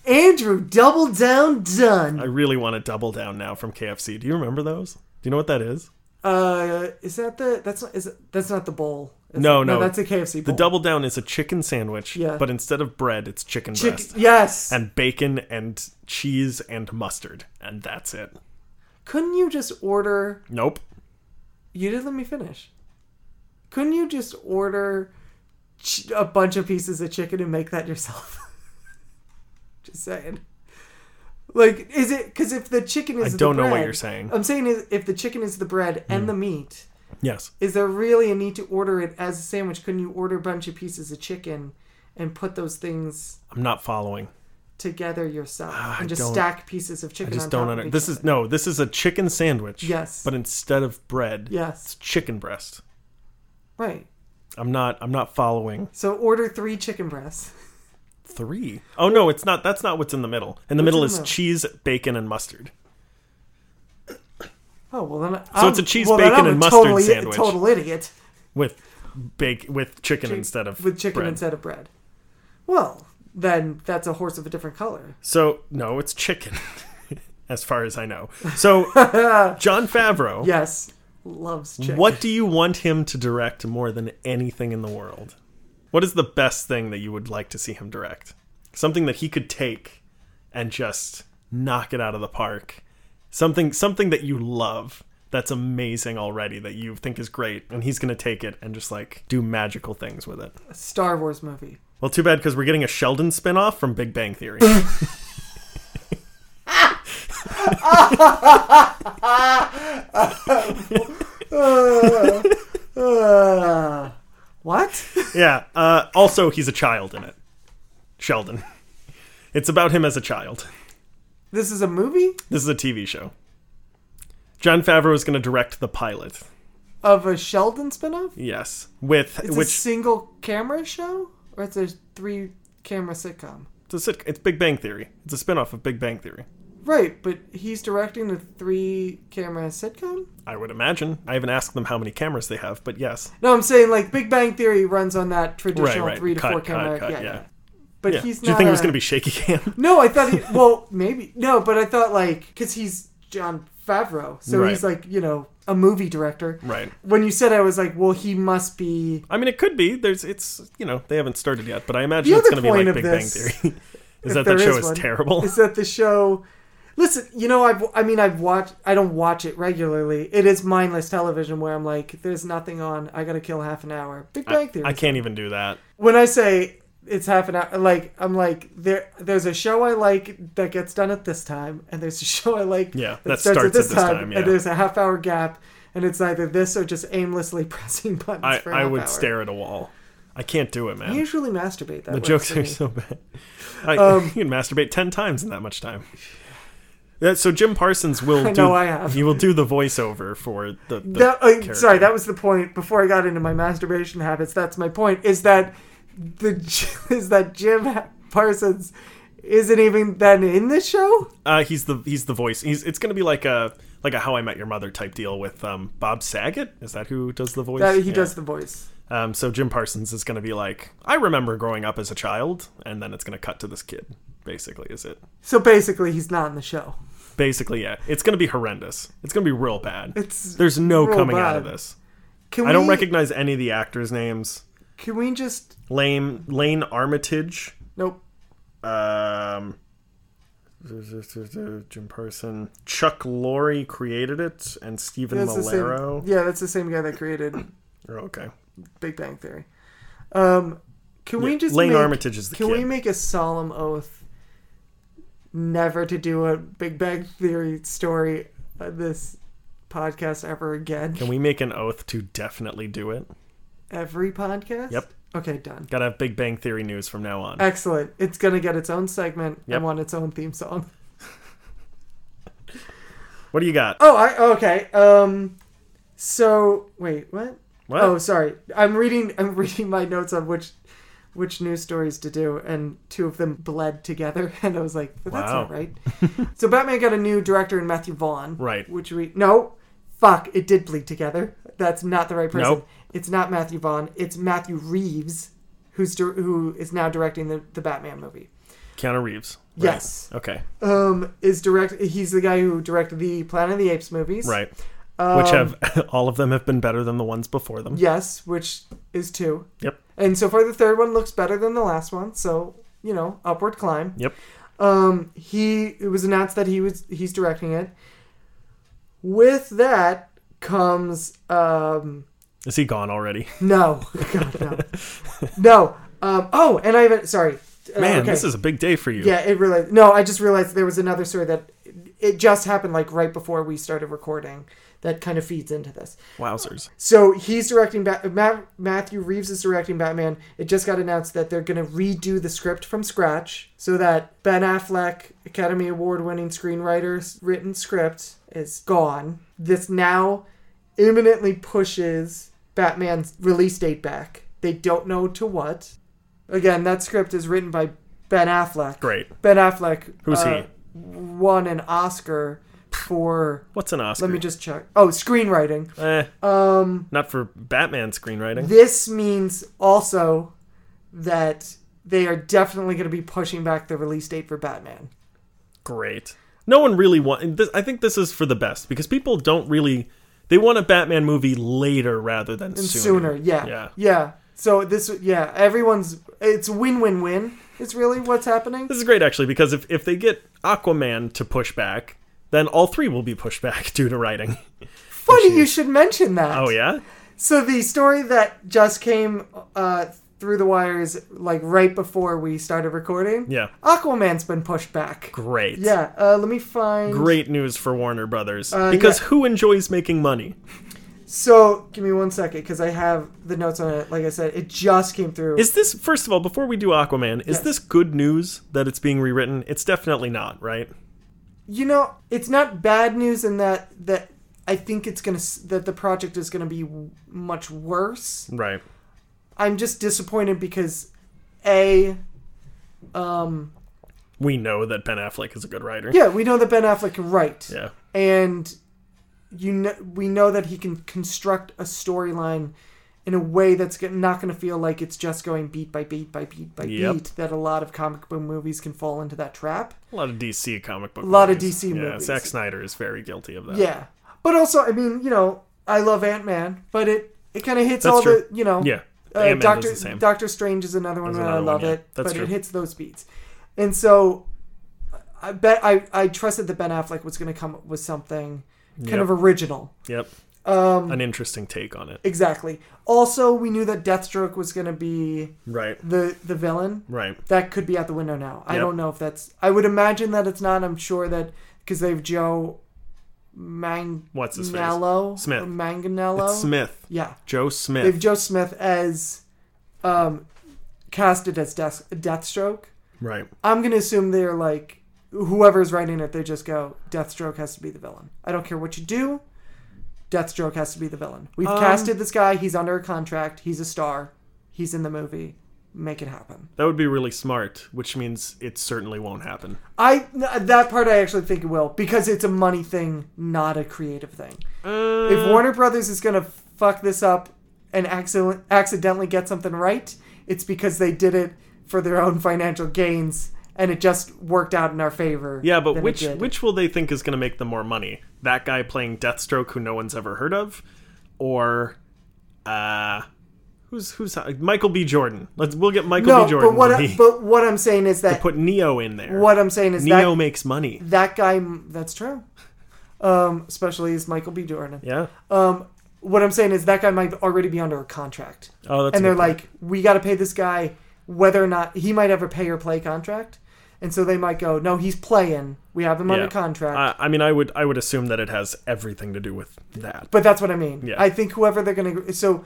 Speaker 2: Andrew Double Down
Speaker 1: I
Speaker 2: done.
Speaker 1: really want a double down now from KFC. Do you remember those? Do you know what that is?
Speaker 2: Uh, is that the? That's not. Is it, that's not the bowl. is
Speaker 1: No,
Speaker 2: it?
Speaker 1: no.
Speaker 2: That's the KFC
Speaker 1: The
Speaker 2: bowl.
Speaker 1: double down is a chicken sandwich,
Speaker 2: Oh. Yeah.
Speaker 1: but instead of bread, it's chicken
Speaker 2: Chick-
Speaker 1: breast
Speaker 2: Yes.
Speaker 1: and bacon and cheese and mustard, and that's it.
Speaker 2: Couldn't you just order?
Speaker 1: Nope.
Speaker 2: You didn't let me finish. Couldn't you just order ch- a bunch of pieces of chicken and make that yourself? just saying. Like, is it because if the chicken is
Speaker 1: I
Speaker 2: the
Speaker 1: don't know what
Speaker 2: bread-
Speaker 1: you're saying. Hmm.
Speaker 2: I'm saying is if the chicken is the bread and the meat,
Speaker 1: Yes.
Speaker 2: is there really a need to order it as a sandwich? Couldn't you order a bunch of pieces of chicken and put those things
Speaker 1: I'm not following.
Speaker 2: together yourself and just
Speaker 1: Ah, don't-
Speaker 2: stack pieces of chicken?
Speaker 1: I just
Speaker 2: on
Speaker 1: don't
Speaker 2: top of
Speaker 1: under
Speaker 2: each
Speaker 1: This
Speaker 2: other?
Speaker 1: is no, this is a chicken sandwich.
Speaker 2: Yes.
Speaker 1: But instead of bread, it's
Speaker 2: yes,
Speaker 1: chicken breast.
Speaker 2: right.
Speaker 1: I'm not I'm not following.
Speaker 2: So order three chicken breasts.
Speaker 1: 3. Oh no, it's not that's not what's in the middle. In the middle
Speaker 2: in
Speaker 1: is
Speaker 2: the middle?
Speaker 1: cheese, bacon and mustard.
Speaker 2: Oh well, then so
Speaker 1: it's a cheese, bacon, and mustard
Speaker 2: totally,
Speaker 1: sandwich.
Speaker 2: Total idiot
Speaker 1: with bake with chicken instead of
Speaker 2: with chicken
Speaker 1: bread.
Speaker 2: instead of bread. Well, then that's a horse of a different color.
Speaker 1: So no, it's chicken, as far as I know. So John Favreau,
Speaker 2: Yes, loves chicken.
Speaker 1: what do you want him to direct more than anything in the world? What is the best thing that you would like to see him direct? Something that he could take and just knock it out of the park. Something something that you love that's amazing already that you think is great and he's going to take it and just like do magical things with it.
Speaker 2: A Star Wars movie?
Speaker 1: Well, too bad because we're getting a Sheldon spinoff from Big Bang Theory.
Speaker 2: Uh, what?
Speaker 1: yeah. Uh, also, he's a child in it. Sheldon. It's about him as a child.
Speaker 2: This is a movie
Speaker 1: This is a TV show. John Favreau is going to direct the pilot.
Speaker 2: of a Sheldon spinoff.
Speaker 1: Yes, with
Speaker 2: It's a
Speaker 1: which
Speaker 2: single camera show, or it's a three camera sitcom.
Speaker 1: it's, a sit- it's Big Bang Theory. It's a spin-off of Big Bang Theory.
Speaker 2: Right, but he's directing a three camera sitcom.
Speaker 1: I would imagine. I haven't asked them how many cameras they have, but yes,
Speaker 2: No, I'm saying like Big Bang Theory runs on that
Speaker 1: right,
Speaker 2: traditional
Speaker 1: right.
Speaker 2: three to
Speaker 1: cut,
Speaker 2: four
Speaker 1: cut,
Speaker 2: camera.
Speaker 1: cut,
Speaker 2: yeah,
Speaker 1: yeah.
Speaker 2: yeah. But
Speaker 1: Yeah.
Speaker 2: he's
Speaker 1: Do you
Speaker 2: not
Speaker 1: think
Speaker 2: a,
Speaker 1: it was going to be shaky cam?
Speaker 2: No, I thought he. Well, maybe no, but I thought like because he's John Favreau, so
Speaker 1: Right.
Speaker 2: he's like you know a movie director.
Speaker 1: right.
Speaker 2: When you said, I was like, well, he must be.
Speaker 1: I mean, it could be. There's, it's you know, they haven't started yet, but I imagine
Speaker 2: The
Speaker 1: it's
Speaker 2: other
Speaker 1: going to be like
Speaker 2: point of
Speaker 1: Big Bang
Speaker 2: this,
Speaker 1: Theory. is
Speaker 2: if
Speaker 1: that that
Speaker 2: there
Speaker 1: show
Speaker 2: is
Speaker 1: is
Speaker 2: one,
Speaker 1: terrible?
Speaker 2: Is that the show? Listen, you know, I've I mean, I've watched. I don't watch it regularly. It is mindless television where I'm like, there's nothing on. I gotta kill half an hour. Big Bang Theory.
Speaker 1: I can't even do that.
Speaker 2: when I say it's half an hour, like I'm like there. There's a show I like that gets done at this time, and there's a show I like
Speaker 1: Yeah, that starts at this time, yeah.
Speaker 2: and there's a half hour gap, and it's either this or just aimlessly pressing buttons.
Speaker 1: I,
Speaker 2: for a
Speaker 1: I
Speaker 2: half
Speaker 1: would
Speaker 2: hour.
Speaker 1: stare at a wall. I can't do it,
Speaker 2: I
Speaker 1: man.
Speaker 2: usually masturbate. That
Speaker 1: the
Speaker 2: works
Speaker 1: jokes
Speaker 2: for
Speaker 1: are
Speaker 2: me. Um,
Speaker 1: so bad. I, you can masturbate ten times in that much time. Yeah, so Jim Parsons will
Speaker 2: I
Speaker 1: do.
Speaker 2: know I have.
Speaker 1: He will do the voiceover for the. the
Speaker 2: that, uh,
Speaker 1: character.
Speaker 2: sorry, that was the point. Before I got into my masturbation habits, that's my point. Is that the is that Jim Parsons isn't even then in this show?
Speaker 1: Uh, he's the he's the voice. He's it's going to be like a like a How I Met Your Mother type deal with um, Bob Saget. Is that who does the voice?
Speaker 2: That he
Speaker 1: Yeah.
Speaker 2: does the voice.
Speaker 1: Um, so Jim Parsons is going to be like, I remember growing up as a child, and then it's going to cut to this kid. Basically, is it?
Speaker 2: So basically, he's not in the show.
Speaker 1: Basically, yeah. It's going to be horrendous. It's going to be real bad.
Speaker 2: It's
Speaker 1: There's no
Speaker 2: real
Speaker 1: coming out of
Speaker 2: bad.
Speaker 1: this.
Speaker 2: Can
Speaker 1: I don't
Speaker 2: we,
Speaker 1: recognize any of the actors' names.
Speaker 2: Can we just
Speaker 1: Lame Lane Armitage.
Speaker 2: nope?
Speaker 1: Um, Jim Person. Chuck Lorre created it, and Stephen
Speaker 2: That's the same,
Speaker 1: Malero.
Speaker 2: yeah, that's the same guy that created
Speaker 1: Oh, okay,
Speaker 2: Big Bang Theory. Um, can we
Speaker 1: Yeah,
Speaker 2: just
Speaker 1: Lane
Speaker 2: make,
Speaker 1: Armitage is the
Speaker 2: Can
Speaker 1: kid.
Speaker 2: we make a solemn oath never to do a Big Bang Theory story on this podcast ever again?
Speaker 1: Can we make an oath to definitely do it?
Speaker 2: Every podcast?
Speaker 1: Yep.
Speaker 2: Okay, done.
Speaker 1: Gotta have Big Bang Theory news from now on.
Speaker 2: Excellent. It's gonna get its own segment.
Speaker 1: Yep.
Speaker 2: I want its own theme song.
Speaker 1: What do you got?
Speaker 2: Oh, I okay. Um, so wait, what?
Speaker 1: What?
Speaker 2: Oh, sorry. I'm reading. I'm reading my notes on which which news stories to do, and two of them bled together, and I was like, but "That's
Speaker 1: Wow.
Speaker 2: not right." so Batman got a new director in Matthew Vaughn,
Speaker 1: Right.
Speaker 2: Which we no, fuck, it did bleed together. That's not the right person.
Speaker 1: Nope.
Speaker 2: It's not Matthew Vaughn. It's Matthew Reeves, who's dir- who is now directing the the Batman movie.
Speaker 1: Keanu Reeves. right?
Speaker 2: Yes.
Speaker 1: Okay.
Speaker 2: Um, is direct. He's the guy who directed the Planet of the Apes movies, Um,
Speaker 1: Right. Which have all of them have been better than the ones before them.
Speaker 2: Yes, which is two.
Speaker 1: Yep.
Speaker 2: And so far, the third one looks better than the last one. So you know, upward climb.
Speaker 1: Yep.
Speaker 2: Um, he it was announced that he was he's directing it. With that comes um
Speaker 1: Is he gone already?
Speaker 2: no God no no um oh and I haven't sorry Uh,
Speaker 1: Man,
Speaker 2: okay.
Speaker 1: this is a big day for you.
Speaker 2: yeah it really no I just realized there was another story that it just happened like right before we started recording that kind of feeds into this.
Speaker 1: Wowzers.
Speaker 2: So he's directing Bat- Matt- Matthew Reeves is directing Batman. It just got announced that they're going to redo the script from scratch so that Ben Affleck, Academy Award winning screenwriter's written script is gone. This now imminently pushes Batman's release date back. They don't know to what. Again, that script is written by Ben Affleck.
Speaker 1: Great.
Speaker 2: Ben Affleck uh,
Speaker 1: Who's he?
Speaker 2: won an Oscar for
Speaker 1: What's an Oscar?
Speaker 2: let me just check. Oh, screenwriting.
Speaker 1: Eh,
Speaker 2: Um,
Speaker 1: not for Batman screenwriting.
Speaker 2: This means also that they are definitely going to be pushing back the release date for Batman.
Speaker 1: Great. No one really want. This, I think this is for the best because people don't really. They want a Batman movie later rather than
Speaker 2: Sooner,
Speaker 1: sooner.
Speaker 2: yeah.
Speaker 1: Yeah.
Speaker 2: So this yeah, everyone's it's win-win-win. It's really what's happening.
Speaker 1: This is great actually because if if they get Aquaman to push back, then all three will be pushed back due to writing.
Speaker 2: Funny you should mention that.
Speaker 1: Oh yeah.
Speaker 2: So the story that just came uh through the wires like right before we started recording.
Speaker 1: Yeah.
Speaker 2: Aquaman's been pushed back.
Speaker 1: Great.
Speaker 2: Yeah, uh, let me find
Speaker 1: Great news for Warner Brothers because who enjoys making money?
Speaker 2: So, give me one second because I have the notes on it. Like I said, it just came through.
Speaker 1: Is this first of all before we do Aquaman? Is
Speaker 2: Yes.
Speaker 1: this good news that it's being rewritten? It's definitely not, right?
Speaker 2: you know, it's not bad news in that that I think it's gonna s- that the project is gonna be w- much worse.
Speaker 1: Right.
Speaker 2: I'm just disappointed because a um
Speaker 1: We know that Ben Affleck is a good writer.
Speaker 2: yeah we know that Ben Affleck can write
Speaker 1: Yeah.
Speaker 2: and you know we know that he can construct a storyline in a way that's go- not going to feel like it's just going beat by beat by beat by
Speaker 1: Yep.
Speaker 2: beat that a lot of comic book movies can fall into that trap
Speaker 1: A lot of DC comic book. A
Speaker 2: lot of DC movies.
Speaker 1: Zack Snyder is very guilty of that.
Speaker 2: Yeah, but also, I mean, you know, I love Ant Man, but it it kind of hits
Speaker 1: That's
Speaker 2: all
Speaker 1: true.
Speaker 2: the you know,
Speaker 1: Yeah.
Speaker 2: Uh,
Speaker 1: Ant-Man does
Speaker 2: Doctor
Speaker 1: the same.
Speaker 2: Doctor Strange is another one
Speaker 1: That's
Speaker 2: that I
Speaker 1: another one,
Speaker 2: love
Speaker 1: yeah.
Speaker 2: it,
Speaker 1: That's
Speaker 2: but
Speaker 1: true.
Speaker 2: it hits those beats, and so I bet I I trusted that Ben Affleck was going to come up with something kind
Speaker 1: Yep.
Speaker 2: of original.
Speaker 1: Yep.
Speaker 2: Um,
Speaker 1: An interesting take on it.
Speaker 2: exactly. Also, we knew that Deathstroke was going to be
Speaker 1: Right.
Speaker 2: the the villain.
Speaker 1: Right.
Speaker 2: That could be out the window now. I
Speaker 1: Yep.
Speaker 2: don't know if that's. I would imagine that it's not. I'm sure that because they've Joe Mang
Speaker 1: What's his face?
Speaker 2: Manganello?
Speaker 1: Smith.
Speaker 2: Or Manganello.
Speaker 1: Smith.
Speaker 2: Yeah.
Speaker 1: Joe Smith.
Speaker 2: They've Joe Smith as um, casted as Death, Deathstroke.
Speaker 1: right.
Speaker 2: I'm going to assume they're like, whoever's writing it, they just go, Deathstroke has to be the villain. I don't care what you do. Deathstroke has to be the villain. We've
Speaker 1: Um,
Speaker 2: casted this guy. He's under a contract. He's a star. He's in the movie. Make it happen.
Speaker 1: That would be really smart, which means it certainly won't happen.
Speaker 2: I that part I actually think it will because it's a money thing, not a creative thing.
Speaker 1: Uh.
Speaker 2: if Warner Brothers is gonna fuck this up and accident- accidentally get something right, it's because they did it for their own financial gains, and it just worked out in our favor.
Speaker 1: Yeah, but
Speaker 2: than it
Speaker 1: which
Speaker 2: did.
Speaker 1: which will they think is going to make them more money? That guy playing Deathstroke, who no one's ever heard of, or uh, Who's who's Michael B. Jordan? Let's we'll get Michael
Speaker 2: No,
Speaker 1: B. Jordan.
Speaker 2: but what
Speaker 1: to
Speaker 2: I,
Speaker 1: be-
Speaker 2: but what I'm saying is that
Speaker 1: put Neo in there.
Speaker 2: what I'm saying is
Speaker 1: Neo
Speaker 2: that
Speaker 1: makes money.
Speaker 2: that guy that's true. Um, especially is Michael B. Jordan.
Speaker 1: Yeah.
Speaker 2: Um, what I'm saying is that guy might already be under a contract.
Speaker 1: Oh, that's a
Speaker 2: and they're
Speaker 1: good point.
Speaker 2: like, we got to pay this guy whether or not he might have a pay or play contract. And so they might go, no, he's playing. We have him under
Speaker 1: Yeah.
Speaker 2: contract.
Speaker 1: I, I mean, I would I would assume that it has everything to do with that.
Speaker 2: but that's what I mean.
Speaker 1: Yeah.
Speaker 2: I think whoever they're going to. So,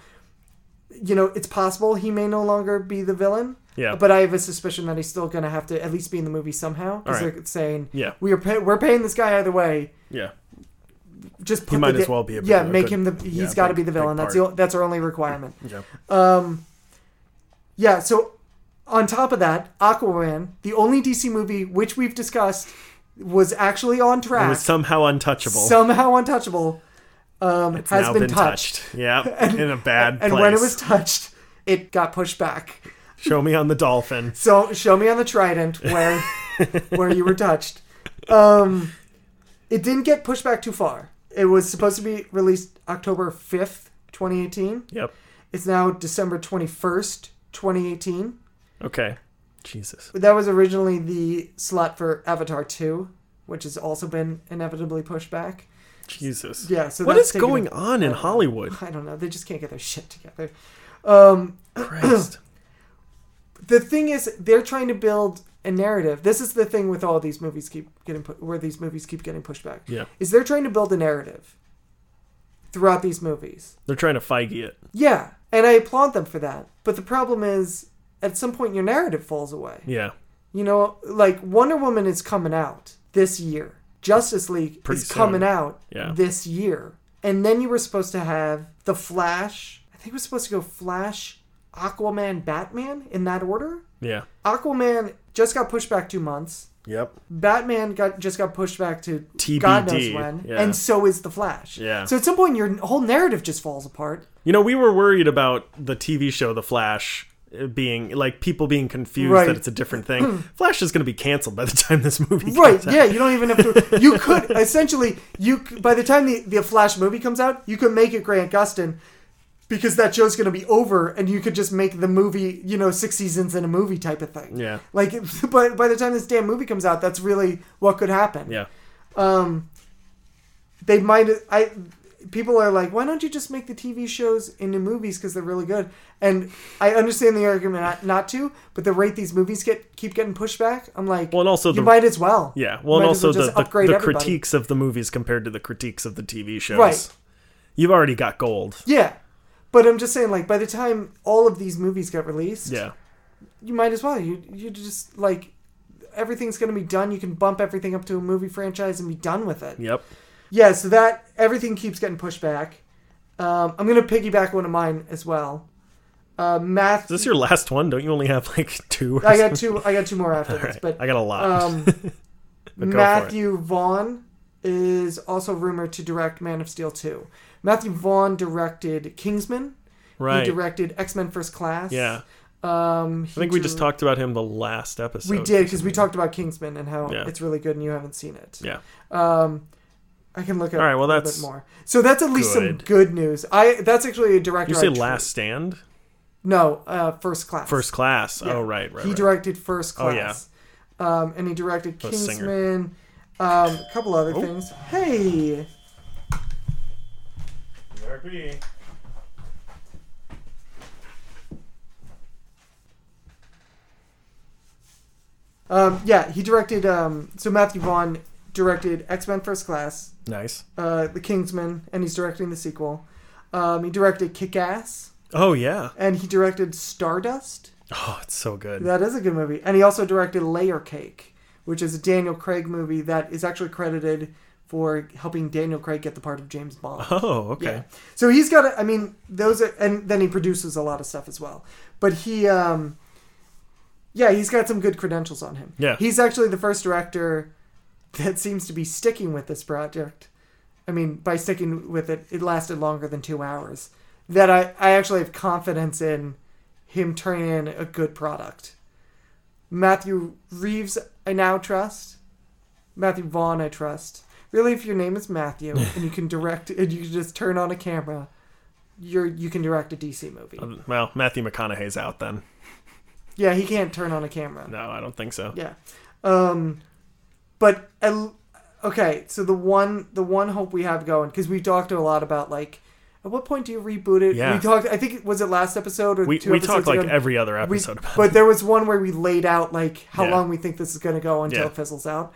Speaker 2: you know, it's possible he may no longer be the villain.
Speaker 1: Yeah.
Speaker 2: But I have a suspicion that he's still going to have to at least be in the movie somehow. Because
Speaker 1: Alright.
Speaker 2: they're saying,
Speaker 1: Yeah.
Speaker 2: we are pay- we're paying this guy either way.
Speaker 1: Yeah.
Speaker 2: Just put
Speaker 1: might
Speaker 2: the
Speaker 1: as well be a
Speaker 2: yeah.
Speaker 1: villain.
Speaker 2: Make
Speaker 1: Good-
Speaker 2: him the. He's
Speaker 1: yeah,
Speaker 2: got to
Speaker 1: big-
Speaker 2: be the
Speaker 1: big
Speaker 2: villain. That's the,
Speaker 1: part.
Speaker 2: o- that's our only requirement.
Speaker 1: Yeah.
Speaker 2: Um, yeah, so on top of that, Aquaman, the only DC movie which we've discussed, was actually on
Speaker 1: It
Speaker 2: track,
Speaker 1: was somehow untouchable.
Speaker 2: somehow untouchable, um,
Speaker 1: It's
Speaker 2: has
Speaker 1: now
Speaker 2: been, touched.
Speaker 1: Yeah. in a bad
Speaker 2: And
Speaker 1: place.
Speaker 2: when it was touched, it got pushed back.
Speaker 1: Show me on the dolphin.
Speaker 2: So show me on the Trident where where you were touched. Um, it didn't get pushed back too far. It was supposed to be released October fifth, twenty eighteen.
Speaker 1: Yep.
Speaker 2: It's now December twenty first, twenty eighteen.
Speaker 1: Okay. Jesus.
Speaker 2: That was originally the slot for Avatar 2, which has also been inevitably pushed back.
Speaker 1: Jesus.
Speaker 2: Yeah, so
Speaker 1: what
Speaker 2: that's
Speaker 1: is
Speaker 2: taken
Speaker 1: going
Speaker 2: a-
Speaker 1: on in Hollywood?
Speaker 2: I don't know. They just can't get their shit together. Um,
Speaker 1: Christ.
Speaker 2: the thing is, they're trying to build a narrative. This is the thing with all these movies keep getting put, where these movies keep getting pushed back.
Speaker 1: Yeah.
Speaker 2: Is they're trying to build a narrative throughout these movies.
Speaker 1: They're trying to Feige it.
Speaker 2: Yeah, and I applaud them for that. But the problem is, at some point, your narrative falls away.
Speaker 1: Yeah.
Speaker 2: You know, like Wonder Woman is coming out this year. Justice League
Speaker 1: Pretty
Speaker 2: is coming
Speaker 1: soon.
Speaker 2: out
Speaker 1: Yeah.
Speaker 2: this year. And then you were supposed to have The Flash. I think it was supposed to go Flash, Aquaman, Batman in that order.
Speaker 1: Yeah.
Speaker 2: Aquaman just got pushed back two months.
Speaker 1: Yep.
Speaker 2: Batman got just got pushed back to God knows
Speaker 1: TBD,
Speaker 2: when.
Speaker 1: yeah.
Speaker 2: And so is The Flash.
Speaker 1: Yeah.
Speaker 2: So at some point your whole narrative just falls apart.
Speaker 1: You know, we were worried about the TV show The Flash uh, being like people being confused
Speaker 2: Right.
Speaker 1: that it's a different thing. Flash is going to be canceled by the time this movie.
Speaker 2: Right,
Speaker 1: comes out.
Speaker 2: yeah, you don't even have to. You could essentially you c- by the time the the Flash movie comes out, you could make it Grant Gustin because that show's going to be over, and you could just make the movie, you know, six seasons in a movie type of thing.
Speaker 1: Yeah.
Speaker 2: Like, but by the time this damn movie comes out, that's really what could happen.
Speaker 1: Yeah.
Speaker 2: Um, they might. I people are like, why don't you just make the TV shows into movies because they're really good? And I understand the argument not, not to, but the rate these movies get keep getting pushed back, I'm like,
Speaker 1: Well, and also
Speaker 2: you
Speaker 1: the-
Speaker 2: might as well.
Speaker 1: Yeah. Well, and
Speaker 2: Might as
Speaker 1: also the,
Speaker 2: just
Speaker 1: the,
Speaker 2: upgrade
Speaker 1: the
Speaker 2: everybody.
Speaker 1: critiques of the movies compared to the critiques of the TV shows.
Speaker 2: Right.
Speaker 1: You've already got gold.
Speaker 2: Yeah. But I'm just saying, like, by the time all of these movies get released,
Speaker 1: Yeah.
Speaker 2: you might as well. You you just like everything's gonna be done. You can bump everything up to a movie franchise and be done with it.
Speaker 1: Yep.
Speaker 2: Yeah, so that everything keeps getting pushed back. Um, I'm gonna piggyback one of mine as well. Uh, math.
Speaker 1: Is this your last one? Don't you only have like two? Or
Speaker 2: I got two. I got two more after this,
Speaker 1: something?
Speaker 2: but
Speaker 1: I got a lot.
Speaker 2: um,
Speaker 1: But go for it.
Speaker 2: Matthew Vaughn is also rumored to direct Man of Steel 2. Matthew Vaughn directed Kingsman.
Speaker 1: Right.
Speaker 2: He directed X Men First Class.
Speaker 1: yeah.
Speaker 2: Um,
Speaker 1: I think we just talked about him the last episode.
Speaker 2: We did because we talked about Kingsman and how
Speaker 1: Yeah.
Speaker 2: it's really good and you haven't seen it.
Speaker 1: Yeah.
Speaker 2: Um, I can look up
Speaker 1: All right, well,
Speaker 2: a little
Speaker 1: that's
Speaker 2: bit more. So that's at least some
Speaker 1: good.
Speaker 2: good news. I that's actually a director.
Speaker 1: You say
Speaker 2: I tr-
Speaker 1: Last Stand?
Speaker 2: No, uh, First Class.
Speaker 1: First Class.
Speaker 2: Yeah.
Speaker 1: Oh, right, right.
Speaker 2: He
Speaker 1: right.
Speaker 2: directed First
Speaker 1: Oh, yeah.
Speaker 2: Class. Um, and he directed
Speaker 1: The singer.
Speaker 2: Kingsman, um, a couple other
Speaker 1: Oh.
Speaker 2: things. Hey, um, yeah, he directed. Um, so Matthew Vaughn directed X Men First Class,
Speaker 1: Nice.
Speaker 2: uh, The Kingsman, and he's directing the sequel. Um, he directed Kick Ass,
Speaker 1: Oh, yeah.
Speaker 2: and he directed Stardust.
Speaker 1: Oh, it's so good.
Speaker 2: That is a good movie. And he also directed Layer Cake, which is a Daniel Craig movie that is actually credited for helping Daniel Craig get the part of James Bond.
Speaker 1: oh, okay.
Speaker 2: Yeah. So he's got, a, I mean, those are, and then he produces a lot of stuff as well. But he, um, yeah, he's got some good credentials on him.
Speaker 1: Yeah.
Speaker 2: He's actually the first director that seems to be sticking with this project. I mean, by sticking with it, it lasted longer than two hours. That I, I actually have confidence in him turning in a good product. Matthew Reeves, I now trust. Matthew Vaughn, I trust. Really, if your name is Matthew and you can direct and you can just turn on a camera, you're you can direct a DC movie.
Speaker 1: Um, Well, Matthew McConaughey's out then.
Speaker 2: Yeah, he can't turn on a camera.
Speaker 1: No, I don't think so.
Speaker 2: Yeah. Um, but I- okay, so the one the one hope we have going because we talked a lot about like at what point do you reboot it?
Speaker 1: Yeah.
Speaker 2: We talked. I think was it last episode or
Speaker 1: We,
Speaker 2: two
Speaker 1: we talked
Speaker 2: episodes
Speaker 1: like
Speaker 2: ago?
Speaker 1: every other
Speaker 2: We-
Speaker 1: episode about
Speaker 2: but there was one where we laid out like how
Speaker 1: Yeah.
Speaker 2: long we think this is going to go until
Speaker 1: Yeah.
Speaker 2: it fizzles out.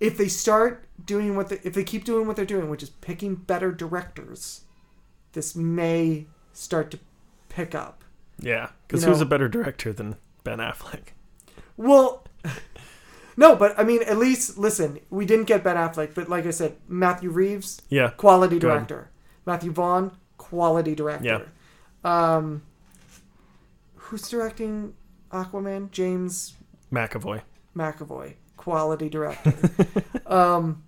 Speaker 2: If they start doing what they, if they keep doing what they're doing, which is picking better directors, this may start to pick up.
Speaker 1: Yeah, because
Speaker 2: You
Speaker 1: who's
Speaker 2: know-
Speaker 1: a better director than Ben Affleck?
Speaker 2: Well, no, but I mean, at least listen, we didn't get Ben Affleck, but like I said, Matthew Reeves,
Speaker 1: Yeah,
Speaker 2: quality
Speaker 1: Good.
Speaker 2: director. Matthew Vaughn, quality director. Um, who's directing Aquaman? James
Speaker 1: McAvoy.
Speaker 2: McAvoy, quality director. um,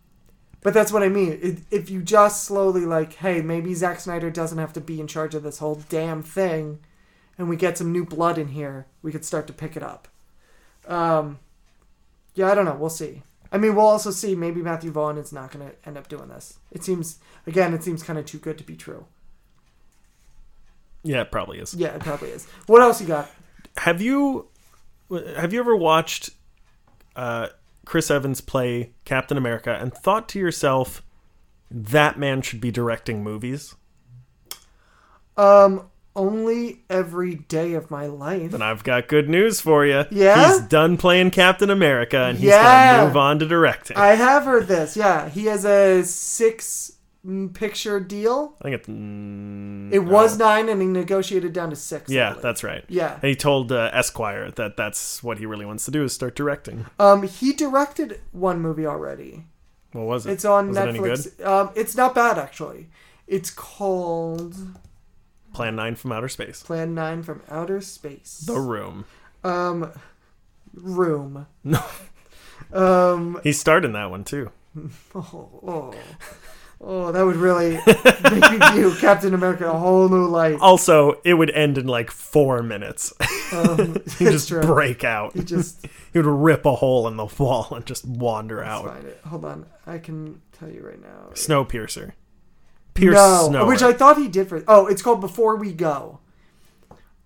Speaker 2: but that's what I mean. It, if you just slowly like, hey, maybe Zack Snyder doesn't have to be in charge of this whole damn thing, and we get some new blood in here, we could start to pick it up. Um, yeah, I don't know. We'll see. I mean, we'll also see. Maybe Matthew Vaughn is not going to end up doing this. It seems again, it seems kind of too good to be true.
Speaker 1: Yeah, it probably is.
Speaker 2: Yeah, it probably is. What else you got?
Speaker 1: Have you have you ever watched uh, Chris Evans play Captain America and thought to yourself, that man should be directing movies?
Speaker 2: Um, only every day of my life.
Speaker 1: Then I've got good news for you.
Speaker 2: Yeah?
Speaker 1: he's done playing Captain America and he's
Speaker 2: Yeah.
Speaker 1: gonna move on to directing. I,
Speaker 2: I have heard this. Yeah, he has a six mm, picture deal.
Speaker 1: think it's mm,
Speaker 2: It
Speaker 1: no.
Speaker 2: was nine, and he negotiated down to six. I
Speaker 1: Yeah,
Speaker 2: believe.
Speaker 1: that's right.
Speaker 2: yeah.
Speaker 1: And he told uh, Esquire that that's what he really wants to do is start directing.
Speaker 2: Um, he directed one movie already.
Speaker 1: What was it?
Speaker 2: It's on
Speaker 1: was it any
Speaker 2: Netflix. Um, it's not bad actually. It's called
Speaker 1: Plan Nine from Outer Space.
Speaker 2: Plan Nine from Outer Space.
Speaker 1: The Room.
Speaker 2: um, room.
Speaker 1: No.
Speaker 2: Um.
Speaker 1: He starred in that one too.
Speaker 2: Oh. oh. Oh, that would really make you view Captain America in a whole new light.
Speaker 1: Oh. Also, it would end in like four minutes.
Speaker 2: Um,
Speaker 1: He'd
Speaker 2: it's
Speaker 1: just
Speaker 2: true.
Speaker 1: break out.
Speaker 2: He just
Speaker 1: He would rip a hole in the wall and just wander
Speaker 2: Let's
Speaker 1: out.
Speaker 2: find it. Hold on, I can tell you right now.
Speaker 1: Snowpiercer. Pierce
Speaker 2: no,
Speaker 1: Snow.
Speaker 2: which I thought he did for. Oh, it's called Before We Go.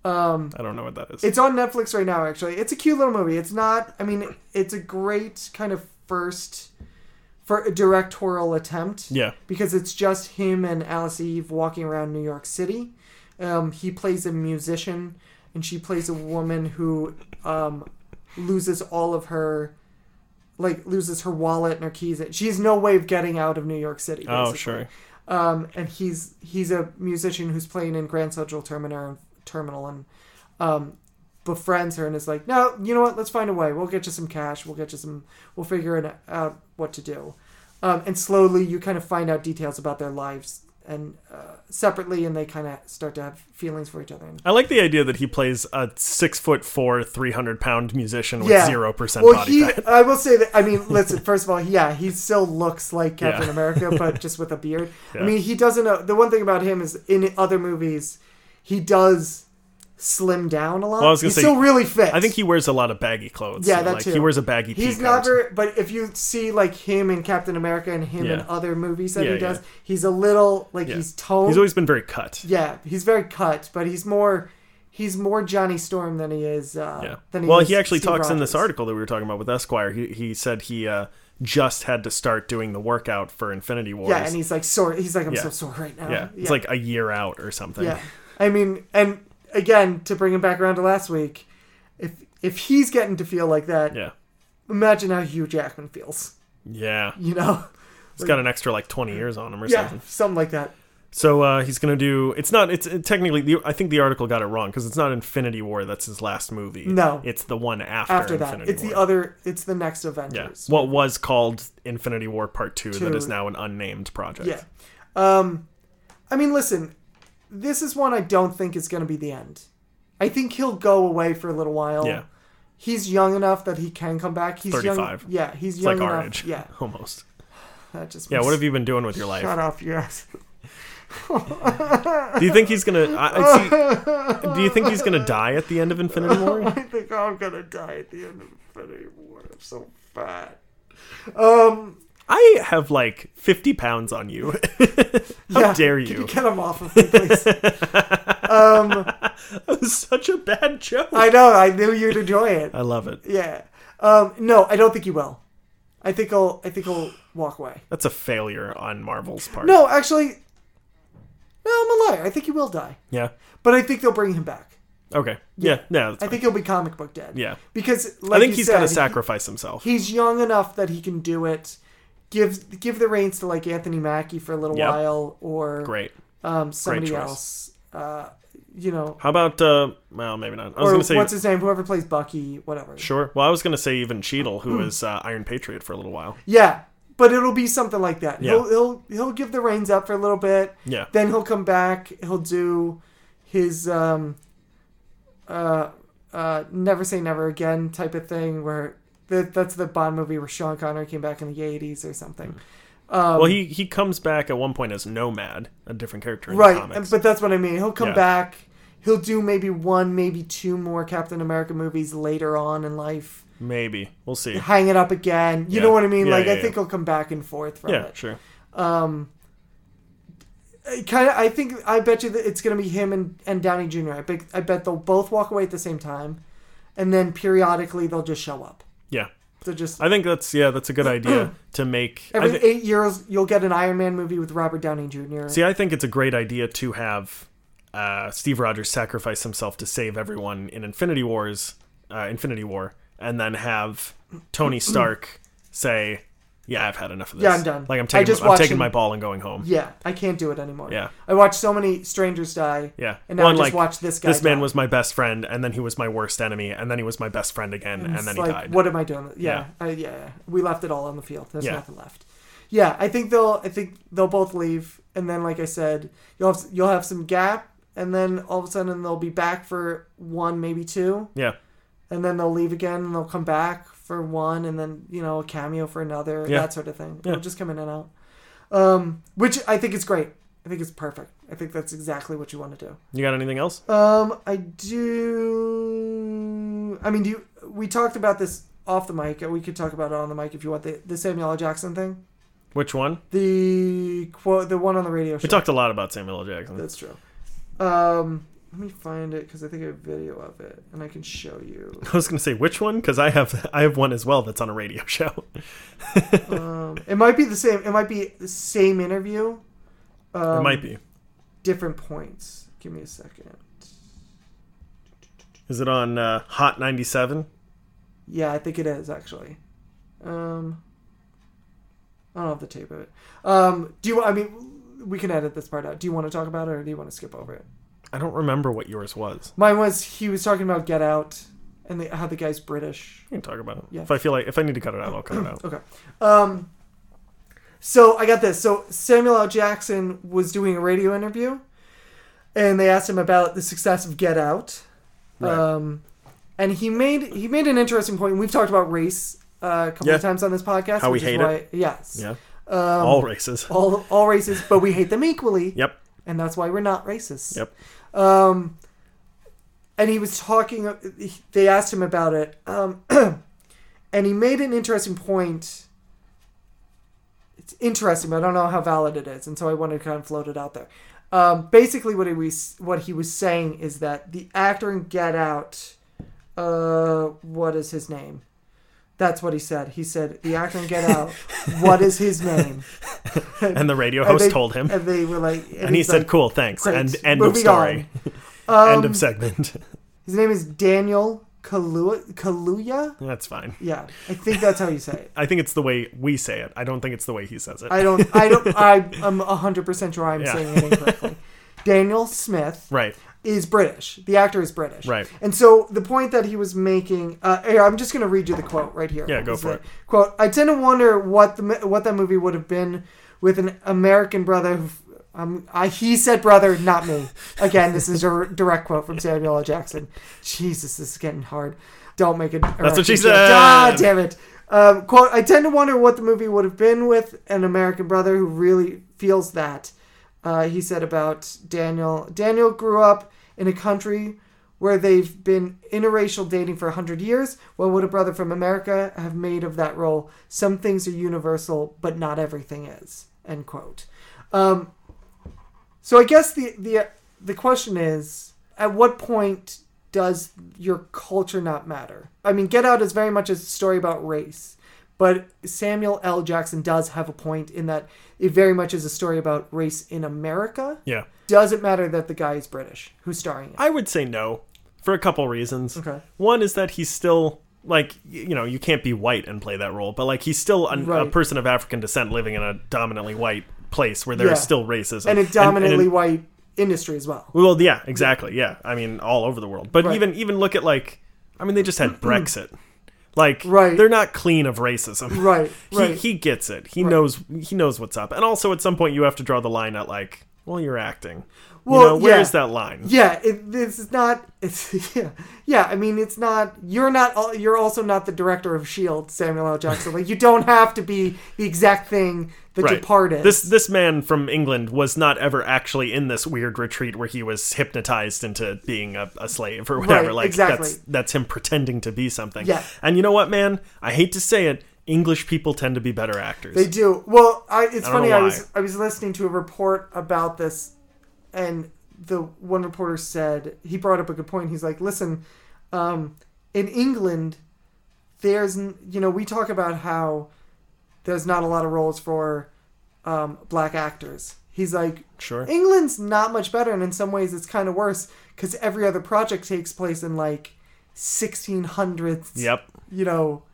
Speaker 2: Um,
Speaker 1: I don't know what that is.
Speaker 2: it's on Netflix right now. Actually, it's a cute little movie. It's not. I mean, it's a great kind of first for directorial attempt
Speaker 1: yeah.
Speaker 2: because it's just him and Alice Eve walking around New York City. Um, he plays a musician, and she plays a woman who um, loses all of her, like loses her wallet and her keys. She has no way of getting out of New York City.
Speaker 1: Oh,
Speaker 2: basically.
Speaker 1: sure.
Speaker 2: Um, and he's he's a musician who's playing in Grand Central Terminal, terminal and um, befriends her and is like, no, you know what? Let's find a way. We'll get you some cash. We'll get you some. We'll figure it out what to do. Um, and slowly, you kind of find out details about their lives and uh, separately, and they kind of start to have feelings for each other. And
Speaker 1: I like the idea that he plays a six foot four, three hundred pound musician with
Speaker 2: Yeah.
Speaker 1: zero percent
Speaker 2: well,
Speaker 1: body
Speaker 2: he,
Speaker 1: fat.
Speaker 2: I will say that. I mean, listen. First of all, yeah, he still looks like Captain
Speaker 1: Yeah.
Speaker 2: America, but just with a beard. I
Speaker 1: Yeah.
Speaker 2: mean, he doesn't. Uh, the one thing about him is in other movies, he does slim down a lot.
Speaker 1: Well, I was gonna
Speaker 2: He's
Speaker 1: say-
Speaker 2: still really fit.
Speaker 1: I think he wears a lot of baggy clothes.
Speaker 2: Yeah,
Speaker 1: so,
Speaker 2: that
Speaker 1: like,
Speaker 2: too.
Speaker 1: He wears a baggy.
Speaker 2: He's
Speaker 1: peacoat.
Speaker 2: not very, but if you see like him in Captain America and him in
Speaker 1: Yeah.
Speaker 2: other movies that
Speaker 1: Yeah,
Speaker 2: he does,
Speaker 1: yeah.
Speaker 2: he's a little like
Speaker 1: Yeah.
Speaker 2: he's toned.
Speaker 1: He's always been very cut.
Speaker 2: yeah, he's very cut, but he's more he's more Johnny Storm than he is. Uh,
Speaker 1: Yeah.
Speaker 2: Than he
Speaker 1: well,
Speaker 2: is
Speaker 1: he actually
Speaker 2: Steve
Speaker 1: talks in this
Speaker 2: Rogers.
Speaker 1: article that we were talking about with Esquire. He, he said he uh, just had to start doing the workout for Infinity Wars.
Speaker 2: Yeah, and he's like sore. He's like I'm
Speaker 1: Yeah.
Speaker 2: so sore right now.
Speaker 1: Yeah, it's like a year out or something.
Speaker 2: yeah. I mean, and again to bring him back around to last week, if if he's getting to feel like that,
Speaker 1: yeah,
Speaker 2: imagine how Hugh Jackman feels.
Speaker 1: yeah.
Speaker 2: You know.
Speaker 1: It's got an extra like twenty years on him or
Speaker 2: Yeah,
Speaker 1: something.
Speaker 2: something like that.
Speaker 1: So uh, he's gonna do. It's not. It's it, technically. The, I think the article got it wrong because it's not Infinity War. That's his last movie.
Speaker 2: No.
Speaker 1: it's the one after,
Speaker 2: After that,
Speaker 1: Infinity
Speaker 2: it's
Speaker 1: War.
Speaker 2: the other. It's the next
Speaker 1: yeah,
Speaker 2: Avengers.
Speaker 1: what was called Infinity War Part Two, that
Speaker 2: Two.
Speaker 1: is now an unnamed project.
Speaker 2: Yeah. Um, I mean, listen, this is one I don't think is going to be the end. I think he'll go away for a little while.
Speaker 1: Yeah.
Speaker 2: He's young enough that he can come back. He's young.
Speaker 1: 35.
Speaker 2: Yeah, he's
Speaker 1: it's
Speaker 2: young
Speaker 1: like
Speaker 2: enough.
Speaker 1: our age.
Speaker 2: Yeah,
Speaker 1: almost.
Speaker 2: that just.
Speaker 1: Yeah,
Speaker 2: makes-
Speaker 1: what have you been doing with your life?
Speaker 2: Shut off your ass.
Speaker 1: Do you think he's gonna? I, I see, do you think he's gonna die at the end of Infinity
Speaker 2: I
Speaker 1: War?
Speaker 2: think "Oh, I'm gonna die at the end of Infinity War. I'm so fat. Um,
Speaker 1: I have like 50 pounds on you. How
Speaker 2: Yeah,
Speaker 1: dare
Speaker 2: Can
Speaker 1: you?
Speaker 2: you get him off of me, please? um,
Speaker 1: That was such a bad joke. I,
Speaker 2: I know. I knew you'd enjoy it.
Speaker 1: love it.
Speaker 2: Yeah. Um, no, I don't think you will. I think I'll. I think I'll walk away.
Speaker 1: That's a failure on Marvel's part.
Speaker 2: No, actually, no, I'm a liar. I think he will die,
Speaker 1: Yeah.
Speaker 2: but I think they'll bring him back.
Speaker 1: Okay. Yeah. Yeah. that's
Speaker 2: I
Speaker 1: fine.
Speaker 2: think he'll be comic book dead.
Speaker 1: yeah.
Speaker 2: Because
Speaker 1: I
Speaker 2: like
Speaker 1: think
Speaker 2: you
Speaker 1: he's
Speaker 2: said,
Speaker 1: got to
Speaker 2: he-
Speaker 1: sacrifice himself.
Speaker 2: he's young enough that he can do it. Give give the reins to like Anthony Mackie for a little
Speaker 1: Yep.
Speaker 2: while, or
Speaker 1: Great.
Speaker 2: um somebody
Speaker 1: choice.
Speaker 2: else. Uh, you know,
Speaker 1: How about uh well maybe not. I was
Speaker 2: or
Speaker 1: going to say
Speaker 2: what's his name? Whoever plays Bucky, whatever.
Speaker 1: sure. Well, I was going to say even Cheadle who
Speaker 2: Hmm.
Speaker 1: was uh, Iron Patriot for a little while.
Speaker 2: Yeah, but it'll be something like that.
Speaker 1: Yeah.
Speaker 2: He'll he'll he'll give the reins up for a little bit.
Speaker 1: Yeah.
Speaker 2: Then he'll come back. He'll do his um, uh, uh, never say never again type of thing where the, that's the Bond movie where Sean Connery came back in the '80s or something. Um,
Speaker 1: Well, he he comes back at one point as Nomad, a different character in the
Speaker 2: right,
Speaker 1: comics.
Speaker 2: but that's what I mean. He'll come
Speaker 1: Yeah.
Speaker 2: back. He'll do maybe one, maybe two more Captain America movies later on in life.
Speaker 1: Maybe. We'll see.
Speaker 2: Hang it up again. You
Speaker 1: Yeah.
Speaker 2: know what I mean?
Speaker 1: Yeah,
Speaker 2: like
Speaker 1: yeah,
Speaker 2: I
Speaker 1: yeah.
Speaker 2: think he'll come back and forth from
Speaker 1: Yeah,
Speaker 2: it.
Speaker 1: sure.
Speaker 2: kind of. I think I bet you that it's gonna be him and, and Downey Jr. I bet I bet they'll both walk away at the same time, and then periodically they'll just show up.
Speaker 1: Yeah.
Speaker 2: They'll just
Speaker 1: I think that's yeah, that's a good idea to make I
Speaker 2: every
Speaker 1: thi-
Speaker 2: eight years you'll get an Iron Man movie with Robert Downey Jr.
Speaker 1: See, I think it's a great idea to have uh, Steve Rogers sacrifice himself to save everyone in Infinity Wars, uh, Infinity War, and then have Tony Stark say, "Yeah, I've had enough of this.
Speaker 2: Yeah, I'm done.
Speaker 1: Like I'm
Speaker 2: I
Speaker 1: taking,
Speaker 2: just
Speaker 1: I'm
Speaker 2: watched
Speaker 1: taking
Speaker 2: him-
Speaker 1: my ball and going home."
Speaker 2: yeah, I can't do it anymore.
Speaker 1: Yeah.
Speaker 2: I watched so many strangers die.
Speaker 1: Yeah,
Speaker 2: and now I
Speaker 1: One,
Speaker 2: just
Speaker 1: like,
Speaker 2: watch this guy.
Speaker 1: This man
Speaker 2: die.
Speaker 1: was my best friend, and then he was my worst enemy, and then he was my best friend again, and,
Speaker 2: It's
Speaker 1: then he
Speaker 2: like,
Speaker 1: died.
Speaker 2: What am I doing? Yeah, I- yeah, yeah. We left it all on the field. There's
Speaker 1: Yeah.
Speaker 2: nothing left. Yeah, I think they'll. I think they'll both leave, and then, like I said, you'll have you'll have some gap, and then all of a sudden they'll be back for one, maybe two,
Speaker 1: Yeah,
Speaker 2: and then they'll leave again, and they'll come back for one, and then you know a cameo for another,
Speaker 1: Yeah.
Speaker 2: that sort of thing.
Speaker 1: Yeah.
Speaker 2: It'll just come in and out, um, which I think is great. I think it's perfect. I think that's exactly what you want to do.
Speaker 1: you got anything else?
Speaker 2: Um, I do. I mean, do you, we talked about this off the mic. We could talk about it on the mic if you want. The, the Samuel L. Jackson thing,
Speaker 1: Which one?
Speaker 2: the quote, the one on the radio show.
Speaker 1: We talked a lot about Samuel L. Jackson.
Speaker 2: That's true. Um, let me find it because I think I have video of it and I can show you.
Speaker 1: I was gonna say which one because I have I have one as well that's on a radio show.
Speaker 2: Um, it might be the same. It might be the same interview. Um,
Speaker 1: it might be.
Speaker 2: different points. Give me a second.
Speaker 1: Is it on uh, Hot 97?
Speaker 2: Yeah, I think it is actually. Um, I don't have the tape of it. Um, do you? I mean, we can edit this part out. Do you want to talk about it, or do you want to skip over it?
Speaker 1: I don't remember what yours was.
Speaker 2: Mine was he was talking about Get Out and the, how the guy's British.
Speaker 1: We can talk about it.
Speaker 2: Yeah.
Speaker 1: If I feel like if I need to cut it out, I'll cut it out.
Speaker 2: Okay. Um, so I got this. So Samuel L. Jackson was doing a radio interview, and they asked him about the success of Get Out.
Speaker 1: Right.
Speaker 2: Um, and he made he made an interesting point. We've talked about race uh, a couple
Speaker 1: Yeah.
Speaker 2: of times on this podcast.
Speaker 1: How we
Speaker 2: which is
Speaker 1: hate
Speaker 2: why, it. Yes.
Speaker 1: Yeah.
Speaker 2: Um,
Speaker 1: All races.
Speaker 2: all all races, but we hate them equally,
Speaker 1: Yep.
Speaker 2: and that's why we're not racist.
Speaker 1: Yep.
Speaker 2: Um, and he was talking. They asked him about it, um, and he made an interesting point. It's interesting, but I don't know how valid it is, and so I wanted to kind of float it out there. Um, basically, what he was what he was saying is that the actor in Get Out, uh, what is his name? That's what he said. He said the actor in Get Out. what is his name?
Speaker 1: And the radio
Speaker 2: And
Speaker 1: host
Speaker 2: they-
Speaker 1: told him, and,
Speaker 2: and they were like, and,
Speaker 1: he
Speaker 2: he's
Speaker 1: said,
Speaker 2: like,
Speaker 1: "Cool, thanks."
Speaker 2: "Great,
Speaker 1: And end of
Speaker 2: moving
Speaker 1: story.
Speaker 2: on."
Speaker 1: end
Speaker 2: Um,
Speaker 1: of segment.
Speaker 2: His name is Daniel Kalu- Kaluuya.
Speaker 1: that's fine.
Speaker 2: Yeah, I think that's how you say it.
Speaker 1: I think it's the way we say it. I don't think it's the way he says it.
Speaker 2: I don't. I don't. I, I'm hundred percent sure I'm
Speaker 1: Yeah.
Speaker 2: saying it incorrectly. Daniel Smith
Speaker 1: right.
Speaker 2: is British. The actor is British.
Speaker 1: Right.
Speaker 2: And so the point that he was making, uh, here, I'm just going to read you the quote right here.
Speaker 1: Yeah, go
Speaker 2: It's
Speaker 1: for
Speaker 2: the-
Speaker 1: it.
Speaker 2: Quote: I tend to wonder what the mo- what that movie would have been with an American brother. Who, um, I, he said, "Brother, not me." Again, this is a r- direct quote from Samuel L. Jackson. Jesus, this is getting hard. Don't make it.
Speaker 1: That's what she said.
Speaker 2: Ah, damn it. Um, quote: I tend to wonder what the movie would have been with an American brother who really feels that. Uh, he said about Daniel. Daniel grew up in a country where they've been interracial dating for 100 years, what would a brother from America have made of that role? Some things are universal, but not everything is. End quote. Um, so I guess the, the, the question is at what point does your culture not matter? I mean, Get Out is very much a story about race, but Samuel L. Jackson does have a point in that it very much is a story about race in America.
Speaker 1: Yeah.
Speaker 2: Does it matter that the guy is British who's starring it?
Speaker 1: I would say no for a couple reasons.
Speaker 2: Okay.
Speaker 1: One is that he's still like y- you know you can't be white and play that role, but like he's still an, a
Speaker 2: Right.
Speaker 1: person of African descent living in a dominantly white place where there is
Speaker 2: Yeah.
Speaker 1: still racism
Speaker 2: and a
Speaker 1: and
Speaker 2: dominantly white industry as well.
Speaker 1: Well, yeah, exactly. Yeah, I mean, all over the world. But
Speaker 2: Right.
Speaker 1: even even look at like, I mean, they just had Brexit. Like,
Speaker 2: Right.
Speaker 1: they're not clean of racism.
Speaker 2: Right,
Speaker 1: He
Speaker 2: right.
Speaker 1: he gets it. He knows he knows what's up. And also, at some point, you have to draw the line at like, well, you're acting.
Speaker 2: Well,
Speaker 1: you know, where
Speaker 2: yeah.
Speaker 1: is that line?
Speaker 2: yeah, it, this is not. It's yeah, yeah. I mean, it's not. You're not. al- You're also not the director of Shield, Samuel E L. Jackson. Like, you don't have to be the exact thing the
Speaker 1: Right.
Speaker 2: Departed.
Speaker 1: This this man from England was not ever actually in this weird retreat where he was hypnotized into being a, a slave or whatever.
Speaker 2: Right,
Speaker 1: like
Speaker 2: exactly.
Speaker 1: that's that's him pretending to be something.
Speaker 2: Yeah.
Speaker 1: And you know what, man? I hate to say it, English people tend to be better actors.
Speaker 2: They do. Well, I, it's
Speaker 1: don't
Speaker 2: funny.
Speaker 1: know
Speaker 2: I
Speaker 1: why.
Speaker 2: was I was listening to a report about this, and the one reporter said he brought up a good point. He's like, "Listen, um, in England, there's n- you know we talk about how there's not a lot of roles for um, black actors." He's like,
Speaker 1: Sure.
Speaker 2: England's not much better, and in some ways it's kind of worse because every other project takes place in like 1600s
Speaker 1: Yep.
Speaker 2: you know,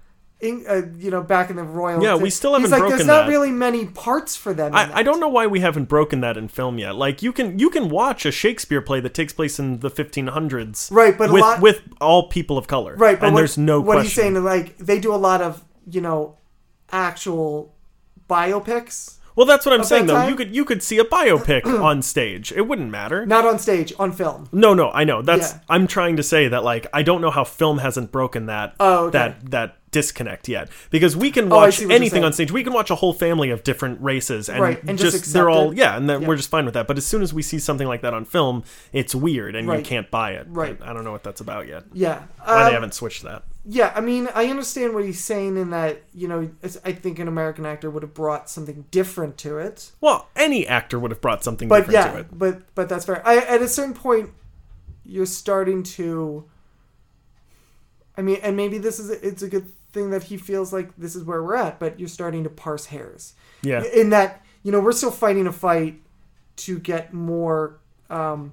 Speaker 2: in, uh, you know, back in the royal.
Speaker 1: Yeah, we still haven't
Speaker 2: He's like,
Speaker 1: broken
Speaker 2: there's not
Speaker 1: that.
Speaker 2: really many parts for them. in that."
Speaker 1: I, I don't know why we haven't broken that in film yet. Like you can you can watch a Shakespeare play that takes place in the 1500s,
Speaker 2: Right, but a
Speaker 1: with
Speaker 2: lot-
Speaker 1: with all people of color,
Speaker 2: right, but
Speaker 1: and
Speaker 2: what,
Speaker 1: there's no
Speaker 2: what
Speaker 1: question.
Speaker 2: he's saying. is, Like they do a lot of you know, actual biopics,
Speaker 1: well, that's what I'm
Speaker 2: that
Speaker 1: saying though.
Speaker 2: time?
Speaker 1: You could you could see a biopic on stage; it wouldn't matter.
Speaker 2: not on stage, on film.
Speaker 1: No, no, I know. That's
Speaker 2: Yeah.
Speaker 1: I'm trying to say that like I don't know how film hasn't broken that
Speaker 2: Oh, okay. Oh,
Speaker 1: that that disconnect yet because we can
Speaker 2: I
Speaker 1: watch
Speaker 2: see what you're
Speaker 1: anything
Speaker 2: saying.
Speaker 1: on stage. We can watch a whole family of different races and,
Speaker 2: Right, and just
Speaker 1: just, they're
Speaker 2: accept
Speaker 1: all
Speaker 2: it.
Speaker 1: yeah, and then
Speaker 2: Yeah.
Speaker 1: we're just fine with that. But as soon as we see something like that on film, it's weird and you
Speaker 2: Right.
Speaker 1: can't buy it.
Speaker 2: Right.
Speaker 1: I, I don't know what that's about yet.
Speaker 2: Yeah,
Speaker 1: Why
Speaker 2: Um,
Speaker 1: they haven't switched that.
Speaker 2: yeah. I mean, I understand what he's saying in that you know, it's, I think an American actor would have brought something different to it.
Speaker 1: Well, any actor would have brought something
Speaker 2: but
Speaker 1: different
Speaker 2: yeah,
Speaker 1: to it.
Speaker 2: but but that's fair. I, at a certain point, you're starting to. I mean, and maybe this is it's a good thing that he feels like this is where we're at, but you're starting to parse hairs.
Speaker 1: Yeah.
Speaker 2: In that you know we're still fighting a fight to get more um,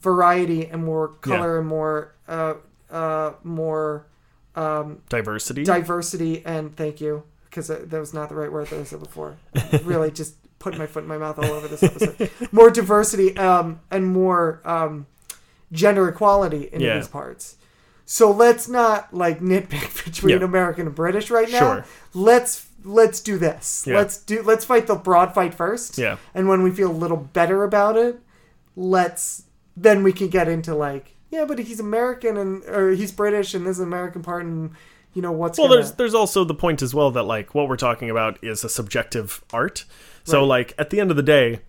Speaker 2: variety and more color and more uh, uh, more um,
Speaker 1: Diversity.
Speaker 2: diversity and thank you because that was not the right word that I said before. really, just put my foot in my mouth all over this episode. more diversity um, and more um, gender equality in
Speaker 1: Yeah.
Speaker 2: these parts. So let's not like nitpick between
Speaker 1: Yeah.
Speaker 2: American and British right now.
Speaker 1: Sure.
Speaker 2: Let's let's do this.
Speaker 1: Yeah.
Speaker 2: Let's do let's fight the broad fight first.
Speaker 1: Yeah.
Speaker 2: And when we feel a little better about it, let's then we can get into like yeah, but he's American and or he's British and this is an American part and you know what's
Speaker 1: Well,
Speaker 2: gonna-
Speaker 1: there's there's also the point as well that like what we're talking about is a subjective art. So
Speaker 2: Right.
Speaker 1: like at the end of the day,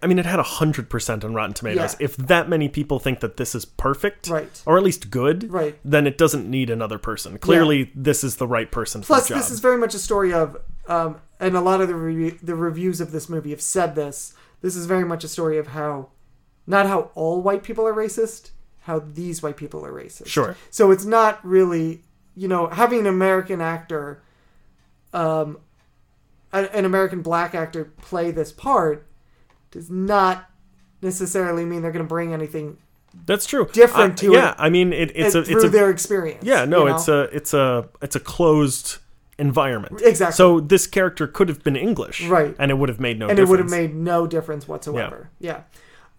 Speaker 1: I mean it had hundred percent on Rotten Tomatoes.
Speaker 2: Yeah.
Speaker 1: If that many people think that this is perfect,
Speaker 2: Right.
Speaker 1: or at least good,
Speaker 2: Right.
Speaker 1: then it doesn't need another person. Clearly, this is the right person.
Speaker 2: Plus,
Speaker 1: for the job.
Speaker 2: this is very much a story of, um, and a lot of the re- the reviews of this movie have said this. This is very much a story of how, not how all white people are racist, how these white people are racist.
Speaker 1: Sure.
Speaker 2: So it's not really, you know, having an American actor, um, an, an American black actor play this part, does not necessarily mean they're going to bring anything
Speaker 1: that's true.
Speaker 2: different
Speaker 1: I-
Speaker 2: to
Speaker 1: yeah.
Speaker 2: it.
Speaker 1: I mean it, it's a
Speaker 2: through
Speaker 1: it's a
Speaker 2: their experience.
Speaker 1: yeah no
Speaker 2: you know?
Speaker 1: it's a it's a it's a closed environment
Speaker 2: Exactly.
Speaker 1: so this character could have been english
Speaker 2: Right.
Speaker 1: and it would have made no
Speaker 2: and
Speaker 1: difference
Speaker 2: it would have made no difference whatsoever. Yeah.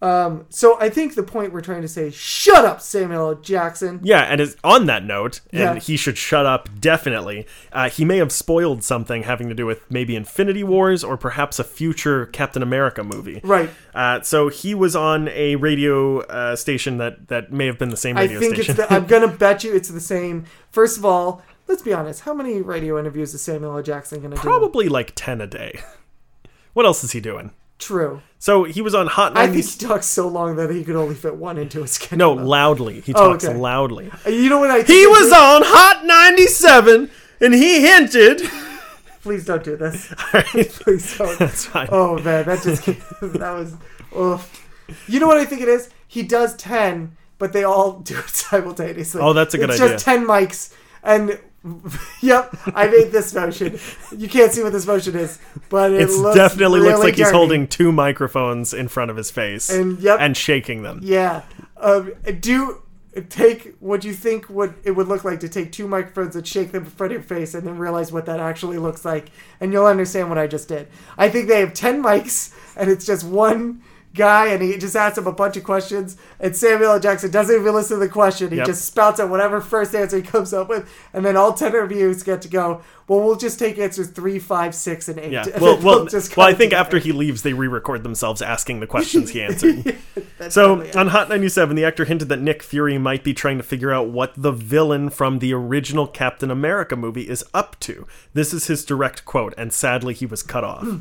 Speaker 2: Um, so I think the point we're trying to say, shut up, Samuel L. Jackson.
Speaker 1: Yeah, and is on that note, and
Speaker 2: Yeah.
Speaker 1: he should shut up definitely. Uh, he may have spoiled something having to do with maybe Infinity Wars or perhaps a future Captain America movie.
Speaker 2: Right.
Speaker 1: Uh, so he was on a radio uh, station that that may have been the same
Speaker 2: I
Speaker 1: radio
Speaker 2: think
Speaker 1: station.
Speaker 2: it's. The, I'm gonna bet you it's the same. First of all, let's be honest. How many radio interviews is Samuel L. Jackson gonna do?
Speaker 1: Probably like ten a day. What else is he doing?
Speaker 2: True.
Speaker 1: So he was on Hot
Speaker 2: I think
Speaker 1: 90s.
Speaker 2: he talks so long that he could only fit one into his schedule.
Speaker 1: No, loudly. He talks
Speaker 2: Oh, okay.
Speaker 1: loudly.
Speaker 2: you know what I? Think
Speaker 1: He
Speaker 2: I
Speaker 1: was
Speaker 2: do?
Speaker 1: on Hot 97 and he hinted.
Speaker 2: Please don't do this.
Speaker 1: Alright,
Speaker 2: Please don't.
Speaker 1: That's fine.
Speaker 2: Oh man, that just that was. Oof. You know what I think it is? He does ten, but they all do it simultaneously.
Speaker 1: Oh, that's a good
Speaker 2: it's
Speaker 1: idea.
Speaker 2: Just ten mics, and yep, I made this motion. You can't see what this motion is, but it
Speaker 1: It's
Speaker 2: looks
Speaker 1: definitely looks
Speaker 2: really
Speaker 1: like he's
Speaker 2: dirty.
Speaker 1: holding two microphones in front of his face
Speaker 2: And yep,
Speaker 1: and shaking them.
Speaker 2: yeah. Um, do take what you think what it would look like to take two microphones and shake them in front of your face, and then realize what that actually looks like, and you'll understand what I just did. I think they have ten mics, and it's just one guy, and he just asks him a bunch of questions, and Samuel L. Jackson doesn't even listen to the question. He
Speaker 1: Yep.
Speaker 2: just spouts out whatever first answer he comes up with, and then all ten interviews get to go. Well, we'll just take answers three, five, six, and eight.
Speaker 1: Yeah.
Speaker 2: And
Speaker 1: Well,
Speaker 2: then
Speaker 1: well,
Speaker 2: they'll just
Speaker 1: well I
Speaker 2: cut
Speaker 1: think
Speaker 2: it.
Speaker 1: after he leaves, they re record themselves asking the questions he answered.
Speaker 2: That's
Speaker 1: So,
Speaker 2: totally it.
Speaker 1: on Hot 97, the actor hinted that Nick Fury might be trying to figure out what the villain from the original Captain America movie is up to. This is his direct quote, and sadly, he was cut off.
Speaker 2: Hmm.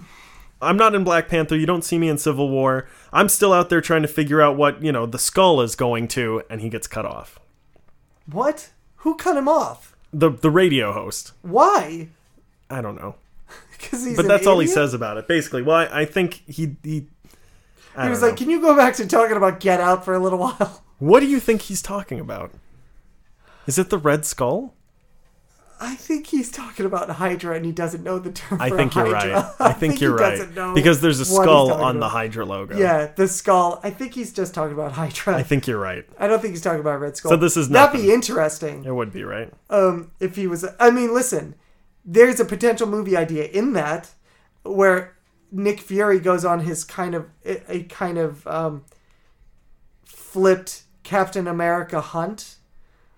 Speaker 1: I'm not in Black Panther. You don't see me in Civil War. I'm still out there trying to figure out what, you know, the skull is going to, and he gets cut off.
Speaker 2: what? Who cut him off?
Speaker 1: The, the radio host.
Speaker 2: Why?
Speaker 1: I don't know.
Speaker 2: Because he's.
Speaker 1: But
Speaker 2: an
Speaker 1: that's all he
Speaker 2: idiot?
Speaker 1: says about it, basically. Well, I, I think he. he I
Speaker 2: He
Speaker 1: don't
Speaker 2: was
Speaker 1: know.
Speaker 2: like, "Can you go back to talking about Get Out for a little while?"
Speaker 1: what do you think he's talking about? Is it the Red Skull?
Speaker 2: I think he's talking about Hydra, and he doesn't know the term.
Speaker 1: I
Speaker 2: for
Speaker 1: think you're
Speaker 2: Hydra.
Speaker 1: right. I think you're
Speaker 2: he doesn't know
Speaker 1: right. Because there's a
Speaker 2: what he's
Speaker 1: skull
Speaker 2: talking
Speaker 1: on the
Speaker 2: about.
Speaker 1: Hydra logo.
Speaker 2: Yeah, the skull. I think he's just talking about Hydra. I,
Speaker 1: I think you're right.
Speaker 2: don't think he's talking about Red Skull.
Speaker 1: So this is
Speaker 2: that'd
Speaker 1: nothing.
Speaker 2: be interesting.
Speaker 1: It would be right.
Speaker 2: Um, if he was, I mean, listen, there's a potential movie idea in that where Nick Fury goes on his kind of a a kind of um, flipped Captain America hunt,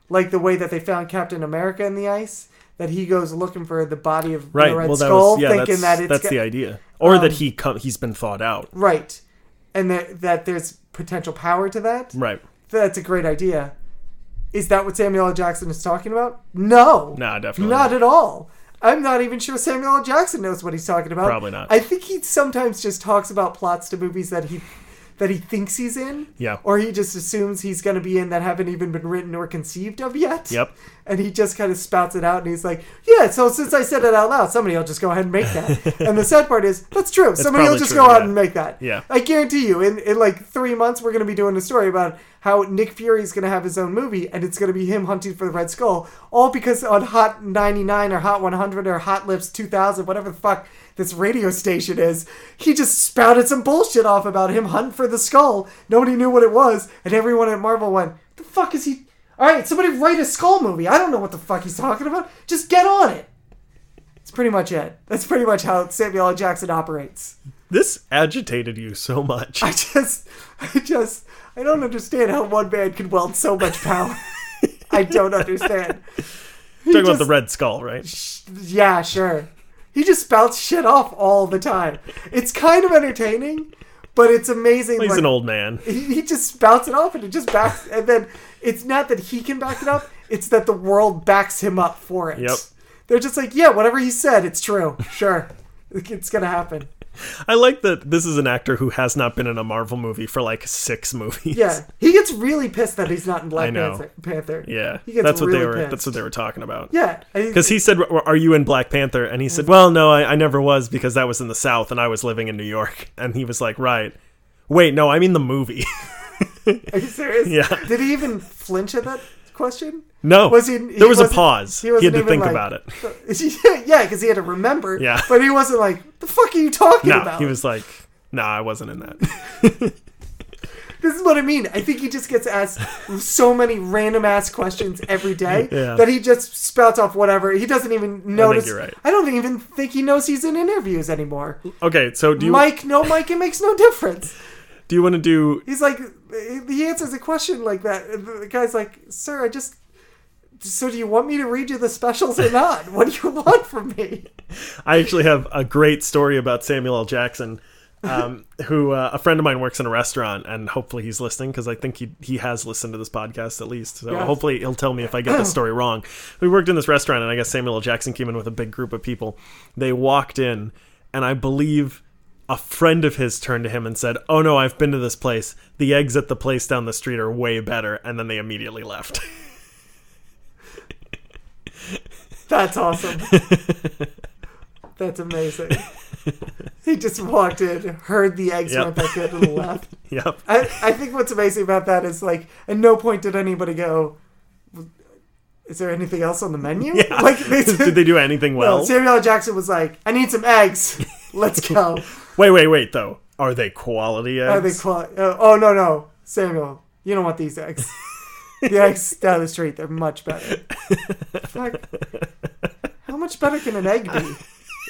Speaker 2: like the way that they found Captain America in the ice. That he goes looking for the body of
Speaker 1: Right.
Speaker 2: the Red
Speaker 1: well, that
Speaker 2: Skull,
Speaker 1: was yeah.
Speaker 2: thinking
Speaker 1: That's,
Speaker 2: that it's
Speaker 1: that's
Speaker 2: go- Um,
Speaker 1: the idea, or that he come, he's been thawed out.
Speaker 2: right, and that that there's potential power to that.
Speaker 1: Right.
Speaker 2: That's a great idea. Is that what Samuel L. Jackson is talking about? No.
Speaker 1: Nah, definitely
Speaker 2: Not at all. I'm not even sure Samuel L. Jackson knows what he's talking about.
Speaker 1: Probably not.
Speaker 2: I think he sometimes just talks about plots to movies that he that he thinks he's in.
Speaker 1: Yeah.
Speaker 2: Or he just assumes he's going to be in that haven't even been written or conceived of yet.
Speaker 1: Yep.
Speaker 2: And he just kind of spouts it out and he's like, "Yeah, so since I said it out loud, somebody will just go ahead and make that." and the sad part is, that's true. somebody will
Speaker 1: probably
Speaker 2: just
Speaker 1: true,
Speaker 2: go out
Speaker 1: yeah.
Speaker 2: and make that.
Speaker 1: Yeah.
Speaker 2: I guarantee you, in, in like three months, we're going to be doing a story about how Nick Fury is going to have his own movie and it's going to be him hunting for the Red Skull. All because on Hot 99 or Hot 100 or Hot Lips 2000, whatever the fuck this radio station is, he just spouted some bullshit off about him hunting for the skull. Nobody knew what it was, and everyone at Marvel went, the fuck is he. Alright, somebody write a skull movie. I don't know what the fuck he's talking about. Just get on it. That's pretty much it. That's pretty much how Samuel L. Jackson operates.
Speaker 1: This agitated you so much.
Speaker 2: I just, I just, I don't understand how one man can weld so much power. I don't understand. He
Speaker 1: Talking about
Speaker 2: just-
Speaker 1: the Red Skull, right?
Speaker 2: Yeah, sure. He just spouts shit off all the time. It's kind of entertaining, but it's amazing.
Speaker 1: He's
Speaker 2: like,
Speaker 1: an old man.
Speaker 2: he he just spouts it off and it just backs, and then it's not that he can back it up; it's that the world backs him up for it.
Speaker 1: Yep.
Speaker 2: They're just like, yeah, whatever he said, it's true. Sure, it's gonna happen.
Speaker 1: I like that this is an actor who has not been in a Marvel movie for like six movies.
Speaker 2: Yeah, he gets really pissed that he's not in
Speaker 1: I
Speaker 2: Black
Speaker 1: know.
Speaker 2: Panther. Panther.
Speaker 1: Yeah.
Speaker 2: He gets
Speaker 1: that's what they
Speaker 2: really
Speaker 1: were.
Speaker 2: pissed.
Speaker 1: That's what they were talking about.
Speaker 2: Yeah,
Speaker 1: Because he said, "Well, "Are you in Black Panther?" And he said, "Well, no, I, I never was because that was in the South and I was living in New York." And he was like, "Right, wait, no, I mean the movie."
Speaker 2: Are you serious?
Speaker 1: Yeah.
Speaker 2: Did he even flinch at that question?
Speaker 1: no,
Speaker 2: Was he- he
Speaker 1: there was a
Speaker 2: wasn't-
Speaker 1: pause. He,
Speaker 2: wasn't
Speaker 1: had to
Speaker 2: even
Speaker 1: think
Speaker 2: like-
Speaker 1: about it.
Speaker 2: yeah, because he had to remember.
Speaker 1: Yeah.
Speaker 2: But he wasn't like, the fuck are you talking
Speaker 1: No,
Speaker 2: about?
Speaker 1: he was like, "No, I wasn't in that."
Speaker 2: this is what I mean. I think he just gets asked so many random ass questions every day
Speaker 1: Yeah.
Speaker 2: that he just spouts off whatever. He doesn't even notice.
Speaker 1: you're right.
Speaker 2: I don't even think he knows he's in interviews anymore.
Speaker 1: Okay, so do you
Speaker 2: Mike, no Mike, it makes no difference.
Speaker 1: do you want to do?
Speaker 2: He's like, he answers a question like that. and The guy's like, sir, I just. So do you want me to read you the specials or not? What do you want from me?
Speaker 1: I actually have a great story about Samuel L. Jackson. um, who uh, a friend of mine works in a restaurant, and hopefully he's listening because I think he he has listened to this podcast at least. So
Speaker 2: Yes.
Speaker 1: hopefully he'll tell me if I get this story wrong. We worked in this restaurant, and I guess Samuel L. Jackson came in with a big group of people. They walked in, and I believe a friend of his turned to him and said, "Oh no, I've been to this place. The eggs at the place down the street are way better." And then they immediately left.
Speaker 2: That's awesome. That's amazing. He just walked in, heard the eggs
Speaker 1: Yep.
Speaker 2: went back in and left.
Speaker 1: yep.
Speaker 2: I, I think what's amazing about that is like, at no point did anybody go, "Is there anything else on the menu?"
Speaker 1: Yeah.
Speaker 2: Like they
Speaker 1: Did they do anything
Speaker 2: No,
Speaker 1: well?
Speaker 2: Samuel L. Jackson was like, "I need some eggs. Let's go."
Speaker 1: Wait, wait, wait. Though, are they quality eggs?
Speaker 2: Are they qual- uh, oh no no Samuel, you don't want these eggs. the eggs down the street, they're much better. Fuck. How much better can an egg be?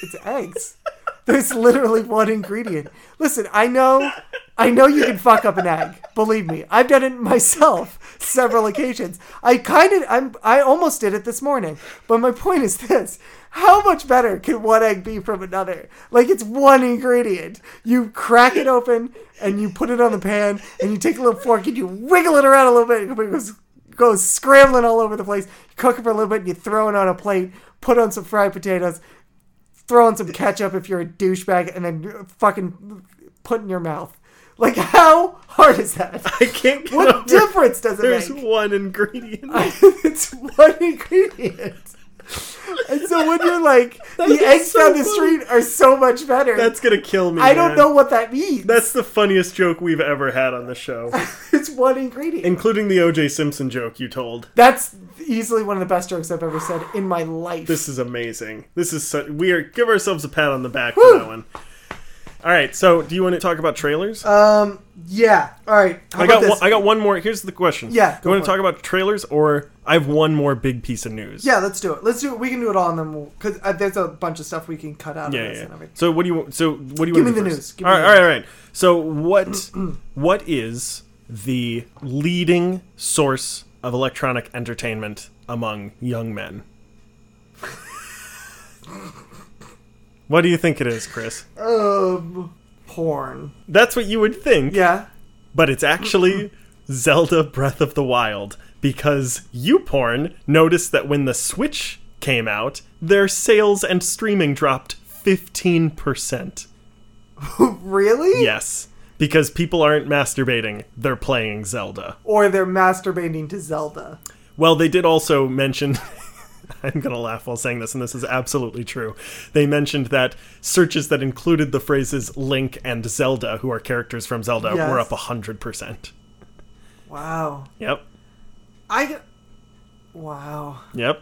Speaker 2: It's eggs. There's literally one ingredient. Listen, I know, I know you can fuck up an egg. Believe me, I've done it myself several occasions. I kind of, I'm, I almost did it this morning. But my point is this: how much better can one egg be from another? Like it's one ingredient. You crack it open and you put it on the pan, and you take a little fork and you wiggle it around a little bit, and it goes goes scrambling all over the place. Cook it for a little bit, and you throw it on a plate. Put on some fried potatoes. Throw on some ketchup if you're a douchebag, and then fucking put in your mouth. Like, how hard is that?
Speaker 1: I can't get
Speaker 2: What
Speaker 1: over-
Speaker 2: difference does it
Speaker 1: There's
Speaker 2: make?
Speaker 1: one ingredient.
Speaker 2: it's one ingredient. And so when you're like, the
Speaker 1: is
Speaker 2: eggs
Speaker 1: so
Speaker 2: down the
Speaker 1: funny.
Speaker 2: street are so much better.
Speaker 1: That's gonna kill me.
Speaker 2: I don't
Speaker 1: man.
Speaker 2: know what that means.
Speaker 1: That's the funniest joke we've ever had on the show,
Speaker 2: it's one ingredient.
Speaker 1: including the O.J. Simpson joke you told.
Speaker 2: That's easily one of the best jokes I've ever said in my life.
Speaker 1: This is amazing. This is such, we are give ourselves a pat on the back
Speaker 2: Woo!
Speaker 1: for that one. All right, so do you want to talk about trailers?
Speaker 2: um, yeah. All right. How
Speaker 1: I
Speaker 2: about
Speaker 1: got
Speaker 2: this?
Speaker 1: one, I got one more. Here's the question.
Speaker 2: Yeah,
Speaker 1: you
Speaker 2: go
Speaker 1: want to
Speaker 2: for
Speaker 1: talk about trailers, or I have one more big piece of news.
Speaker 2: Yeah, let's do it. Let's do it. We can do it all, and then we'll because uh, there's a bunch of stuff we can cut out
Speaker 1: yeah,
Speaker 2: of this
Speaker 1: yeah.
Speaker 2: and everything.
Speaker 1: So what do you want- so what do you
Speaker 2: Give
Speaker 1: want
Speaker 2: me
Speaker 1: to do
Speaker 2: the
Speaker 1: first?
Speaker 2: news. Give
Speaker 1: all
Speaker 2: me
Speaker 1: right,
Speaker 2: the
Speaker 1: all right, all right. So what what is the leading source of electronic entertainment among young men? what do you think it is, Chris?
Speaker 2: Um, porn.
Speaker 1: That's what you would think.
Speaker 2: Yeah.
Speaker 1: but it's actually Zelda Breath of the Wild because YouPorn noticed that when the Switch came out, their sales and streaming dropped 15%.
Speaker 2: really?
Speaker 1: Yes, because people aren't masturbating, they're playing Zelda.
Speaker 2: Or they're masturbating to Zelda.
Speaker 1: Well, they did also mention. I'm going to laugh while saying this, and this is absolutely true. They mentioned that searches that included the phrases Link and Zelda, who are characters from Zelda,
Speaker 2: Yes.
Speaker 1: were up 100%.
Speaker 2: Wow.
Speaker 1: Yep,
Speaker 2: I. Wow.
Speaker 1: yep.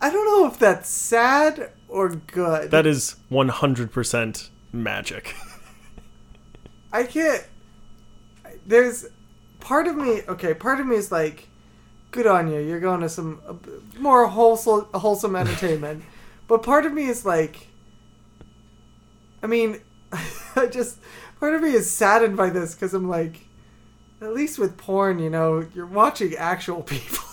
Speaker 2: I don't know if that's sad or good.
Speaker 1: That is 100% magic.
Speaker 2: I can't. There's part of me. Okay, part of me is like, good on you. You're going to some uh, more wholesome, wholesome entertainment. but part of me is like, I mean, I just part of me is saddened by this because I'm like, at least with porn, you know, you're watching actual people.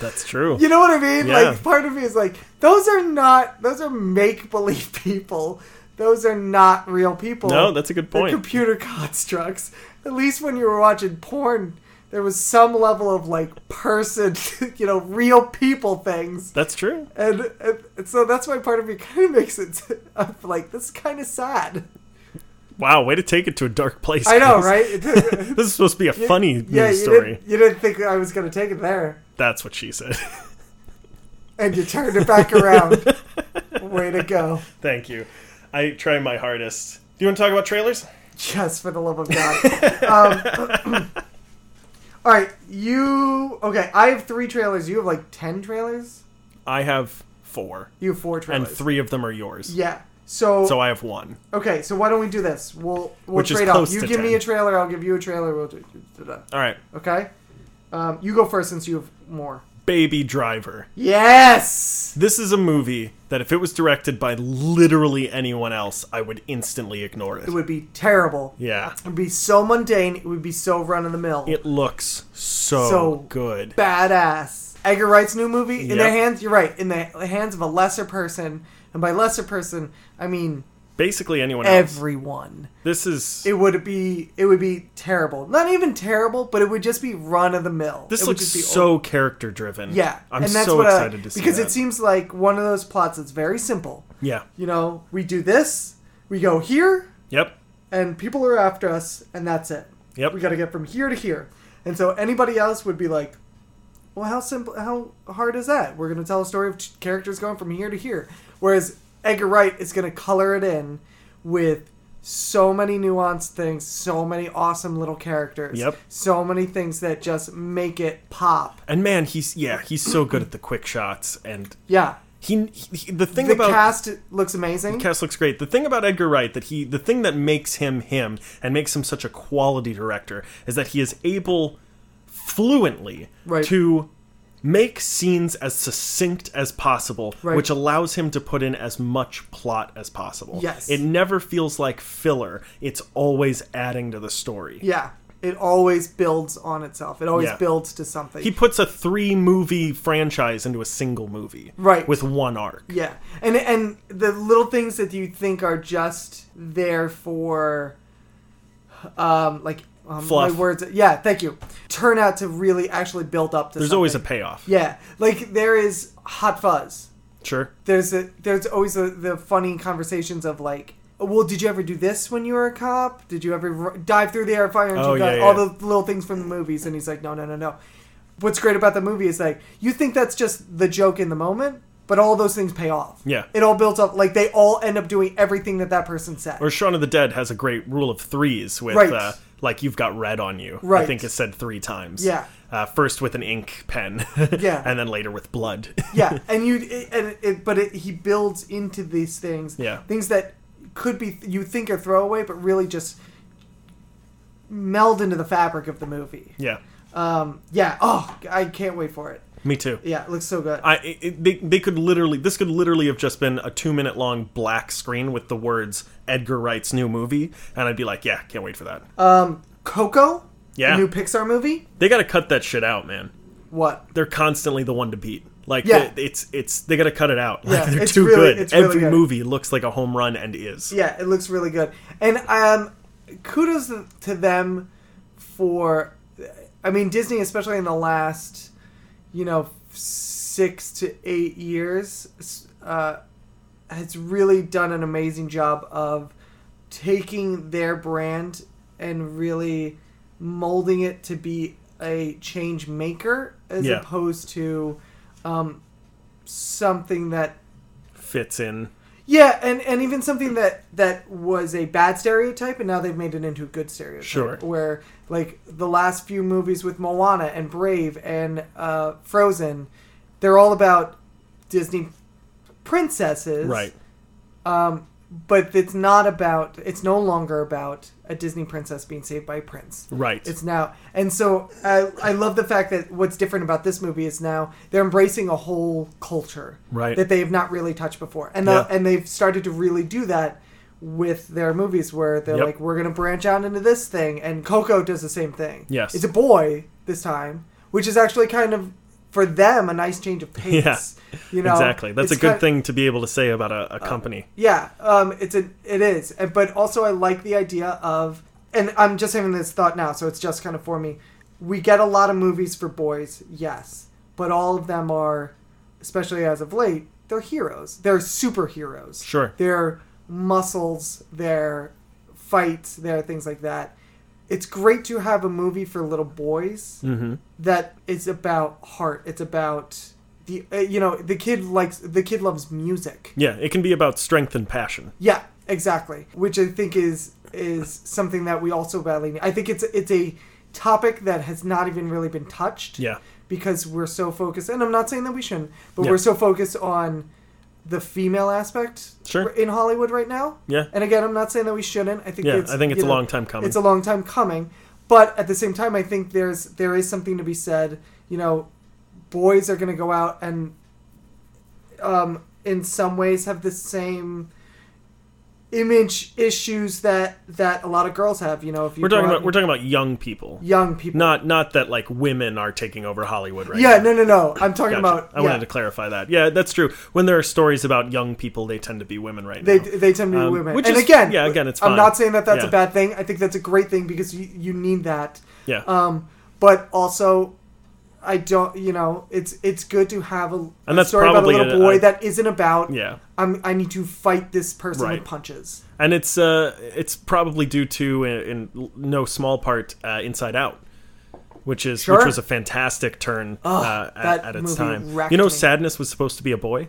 Speaker 1: That's true.
Speaker 2: You know what I mean?
Speaker 1: Yeah.
Speaker 2: Like part of me is like, those are not those are make believe people. Those are not real people.
Speaker 1: No, that's a good
Speaker 2: They're
Speaker 1: point.
Speaker 2: computer constructs. At least when you were watching porn, there was some level of like person, you know, real people things.
Speaker 1: That's true.
Speaker 2: And, and, and so that's why part of me kind of makes it I'm like this is kind of sad.
Speaker 1: Wow, way to take it to a dark place.
Speaker 2: I know,
Speaker 1: guys.
Speaker 2: right?
Speaker 1: This is supposed to be a funny
Speaker 2: yeah, you
Speaker 1: news story.
Speaker 2: didn't you didn't think I was gonna take it there,
Speaker 1: That's what she said.
Speaker 2: and you turned it back around. Way to go.
Speaker 1: Thank you. I try my hardest. Do you want to talk about trailers?
Speaker 2: Just for the love of God. um, all right, you. Okay, I have three trailers. You have like 10 trailers?
Speaker 1: I have four,
Speaker 2: You have four
Speaker 1: and
Speaker 2: trailers.
Speaker 1: three of them are yours.
Speaker 2: Yeah. So,
Speaker 1: So I have one.
Speaker 2: okay, so why don't we do this? We'll, we'll
Speaker 1: Which is
Speaker 2: trade off.
Speaker 1: close
Speaker 2: You
Speaker 1: to
Speaker 2: give me
Speaker 1: 10.
Speaker 2: a trailer, I'll give you a trailer. We'll do. do- do- do-
Speaker 1: All right.
Speaker 2: Okay? Um, you go first since you have more.
Speaker 1: Baby Driver.
Speaker 2: Yes!
Speaker 1: This is a movie that if it was directed by literally anyone else, I would instantly ignore it.
Speaker 2: It would be terrible.
Speaker 1: Yeah.
Speaker 2: It would be so mundane. It would be so run of the mill.
Speaker 1: It looks so,
Speaker 2: So
Speaker 1: good.
Speaker 2: badass. Edgar Wright's new movie in the
Speaker 1: Yep.
Speaker 2: hands. You're right. In the hands of a lesser person, and by lesser person, I mean
Speaker 1: Basically anyone else.
Speaker 2: everyone.
Speaker 1: This is
Speaker 2: It would be it would be terrible. Not even terrible, but it would just be run of the mill.
Speaker 1: This
Speaker 2: it would
Speaker 1: looks
Speaker 2: just be
Speaker 1: so character driven.
Speaker 2: yeah.
Speaker 1: I'm
Speaker 2: and that's
Speaker 1: so
Speaker 2: what I-
Speaker 1: excited to see
Speaker 2: because e-
Speaker 1: that.
Speaker 2: it seems like one of those plots that's very simple.
Speaker 1: yeah,
Speaker 2: You know, we do this, we go here
Speaker 1: Yep.
Speaker 2: and people are after us and that's it
Speaker 1: Yep.
Speaker 2: we got to get from here to here and so anybody else would be like well how simple how hard is that we're going to tell a story of t- characters going from here to here whereas edgar wright is going to color it in with so many nuanced things so many awesome little characters
Speaker 1: Yep.
Speaker 2: so many things that just make it pop
Speaker 1: And man, he's yeah, he's so good at the quick shots and
Speaker 2: yeah
Speaker 1: he, he the thing
Speaker 2: the
Speaker 1: about
Speaker 2: cast looks amazing
Speaker 1: Cast looks great. The thing about Edgar Wright that he, the thing that makes him him and makes him such a quality director is that he is able fluently
Speaker 2: Right.
Speaker 1: to make scenes as succinct as possible,
Speaker 2: Right.
Speaker 1: which allows him to put in as much plot as possible.
Speaker 2: Yes.
Speaker 1: It never feels like filler, it's always adding to the story.
Speaker 2: yeah it always builds on itself it always
Speaker 1: Yeah.
Speaker 2: builds to something
Speaker 1: He puts a three movie franchise into a single movie.
Speaker 2: Right.
Speaker 1: With one arc.
Speaker 2: Yeah, and and the little things that you think are just there for, um, like um,
Speaker 1: Fluff.
Speaker 2: my words. Yeah, thank you. Turn out to really actually build up to.
Speaker 1: There's
Speaker 2: something.
Speaker 1: always a payoff.
Speaker 2: yeah, like there is hot fuzz.
Speaker 1: Sure.
Speaker 2: There's a there's always a, the funny conversations of like. "Oh, Well, did you ever do this when you were a cop? Did you ever r- dive through the air fire?
Speaker 1: Oh, yeah,
Speaker 2: All
Speaker 1: yeah.
Speaker 2: the little things from the movies, and he's like, no, no, no, no. What's great about the movie is like you think that's just the joke in the moment, but all those things pay off.
Speaker 1: Yeah.
Speaker 2: It all builds up. Like they all end up doing everything that that person said.
Speaker 1: Or Shaun of the Dead has a great rule of threes with
Speaker 2: Right.
Speaker 1: uh, like you've got red on you. I
Speaker 2: Right.
Speaker 1: think it's said three times.
Speaker 2: Yeah.
Speaker 1: Uh, first with an ink pen.
Speaker 2: Yeah.
Speaker 1: And then later with blood.
Speaker 2: yeah, and you it- and it, but it, he builds into these things.
Speaker 1: Yeah.
Speaker 2: Things that could be you think are throwaway, but really just meld into the fabric of the movie.
Speaker 1: yeah.
Speaker 2: Um. Yeah. Oh, I can't wait for it.
Speaker 1: Me too.
Speaker 2: Yeah, it looks so good.
Speaker 1: I it, it- they they could literally this could literally have just been a two minute long black screen with the words Edgar Wright's new movie, and I'd be like, yeah, can't wait for that.
Speaker 2: Um. Coco.
Speaker 1: Yeah.
Speaker 2: The new Pixar movie.
Speaker 1: they got to cut that shit out, man.
Speaker 2: What?
Speaker 1: They're constantly the one to beat. Like
Speaker 2: Yeah.
Speaker 1: they- it's it's they got to cut it out. Like
Speaker 2: Yeah,
Speaker 1: they're
Speaker 2: it's
Speaker 1: too
Speaker 2: really-
Speaker 1: good.
Speaker 2: it's really
Speaker 1: Every
Speaker 2: good.
Speaker 1: movie looks like a home run and is.
Speaker 2: Yeah, it looks really good. And um, kudos to them for, I mean, Disney, especially in the last, you know, six to eight years, uh, has really done an amazing job of taking their brand and really molding it to be a change maker as
Speaker 1: Yeah.
Speaker 2: opposed to um, something that
Speaker 1: Fits in.
Speaker 2: yeah, and, and even something that that was a bad stereotype, and now they've made it into a good stereotype.
Speaker 1: Sure.
Speaker 2: Where like the last few movies with Moana and Brave and uh, Frozen, they're all about Disney princesses,
Speaker 1: Right.
Speaker 2: Um, but it's not about. It's no longer about a Disney princess being saved by a prince.
Speaker 1: Right.
Speaker 2: It's now, and so I, I love the fact that what's different about this movie is now they're embracing a whole culture
Speaker 1: Right.
Speaker 2: that they have not really touched before, and the,
Speaker 1: Yeah.
Speaker 2: and they've started to really do that with their movies where they're
Speaker 1: Yep.
Speaker 2: like, we're gonna branch out into this thing, and Coco does the same thing.
Speaker 1: Yes.
Speaker 2: it's a boy this time, which is actually kind of for them a nice change of pace.
Speaker 1: Yeah.
Speaker 2: you know
Speaker 1: exactly. That's a
Speaker 2: It's
Speaker 1: good
Speaker 2: kind- Uh,
Speaker 1: thing to be able to say about a, a company.
Speaker 2: yeah, um, it's a it is, And- but also I like the idea of, and I'm just having this thought now, so it's just kind of for me. We get a lot of movies for boys, yes, but all of them are, especially as of late, they're heroes. They're superheroes.
Speaker 1: Sure.
Speaker 2: They're muscles. They're fights. They're things like that. It's great to have a movie for little boys
Speaker 1: Mm-hmm.
Speaker 2: that is about heart. It's about the uh, you know the kid likes the kid loves music.
Speaker 1: Yeah, it can be about strength and passion.
Speaker 2: Yeah, exactly. Which I think is is something that we also badly need. I think it's it's a topic that has not even really been touched
Speaker 1: Yeah,
Speaker 2: because we're so focused and I'm not saying that we shouldn't, but
Speaker 1: Yeah.
Speaker 2: we're so focused on the female aspect
Speaker 1: Sure.
Speaker 2: in Hollywood right now.
Speaker 1: yeah,
Speaker 2: And again, I'm not saying that we shouldn't. I think
Speaker 1: yeah.
Speaker 2: it's
Speaker 1: I think it's
Speaker 2: you
Speaker 1: a
Speaker 2: know,
Speaker 1: long time coming.
Speaker 2: it's a long time coming, but at the same time, I think there's there is something to be said. You know, boys are going to go out and, um, in some ways, have the same image issues that that a lot of girls have. You know, if you
Speaker 1: we're
Speaker 2: go
Speaker 1: talking
Speaker 2: out
Speaker 1: about we're
Speaker 2: and-
Speaker 1: talking about young people,
Speaker 2: young people.
Speaker 1: not not that like women are taking over Hollywood right
Speaker 2: yeah,
Speaker 1: now.
Speaker 2: no, no, no. I'm
Speaker 1: Gotcha.
Speaker 2: talking about.
Speaker 1: I
Speaker 2: yeah,
Speaker 1: wanted to clarify that. Yeah, that's true. When there are stories about young people, they tend to be women right
Speaker 2: They,
Speaker 1: now.
Speaker 2: they tend to be
Speaker 1: Um,
Speaker 2: women,
Speaker 1: which
Speaker 2: and
Speaker 1: is-
Speaker 2: again,
Speaker 1: yeah, again, it's
Speaker 2: I'm
Speaker 1: fine.
Speaker 2: not saying that that's
Speaker 1: Yeah.
Speaker 2: a bad thing. Uh, I think that's a great thing because you, you need that.
Speaker 1: Yeah,
Speaker 2: Um, but Um, also, I don't, you know, it's it's good to have a,
Speaker 1: And
Speaker 2: a
Speaker 1: that's
Speaker 2: story about a
Speaker 1: probably
Speaker 2: little
Speaker 1: it,
Speaker 2: boy
Speaker 1: I-
Speaker 2: that isn't about
Speaker 1: Yeah.
Speaker 2: I'm I need to fight this person with
Speaker 1: Right.
Speaker 2: punches.
Speaker 1: and it's uh it's probably due to in, in no small part uh, Inside Out, which is
Speaker 2: Sure.
Speaker 1: which was a fantastic turn uh,
Speaker 2: that
Speaker 1: at, at its
Speaker 2: movie
Speaker 1: time.
Speaker 2: wrecked
Speaker 1: You know,
Speaker 2: me.
Speaker 1: Sadness was supposed to be a boy. And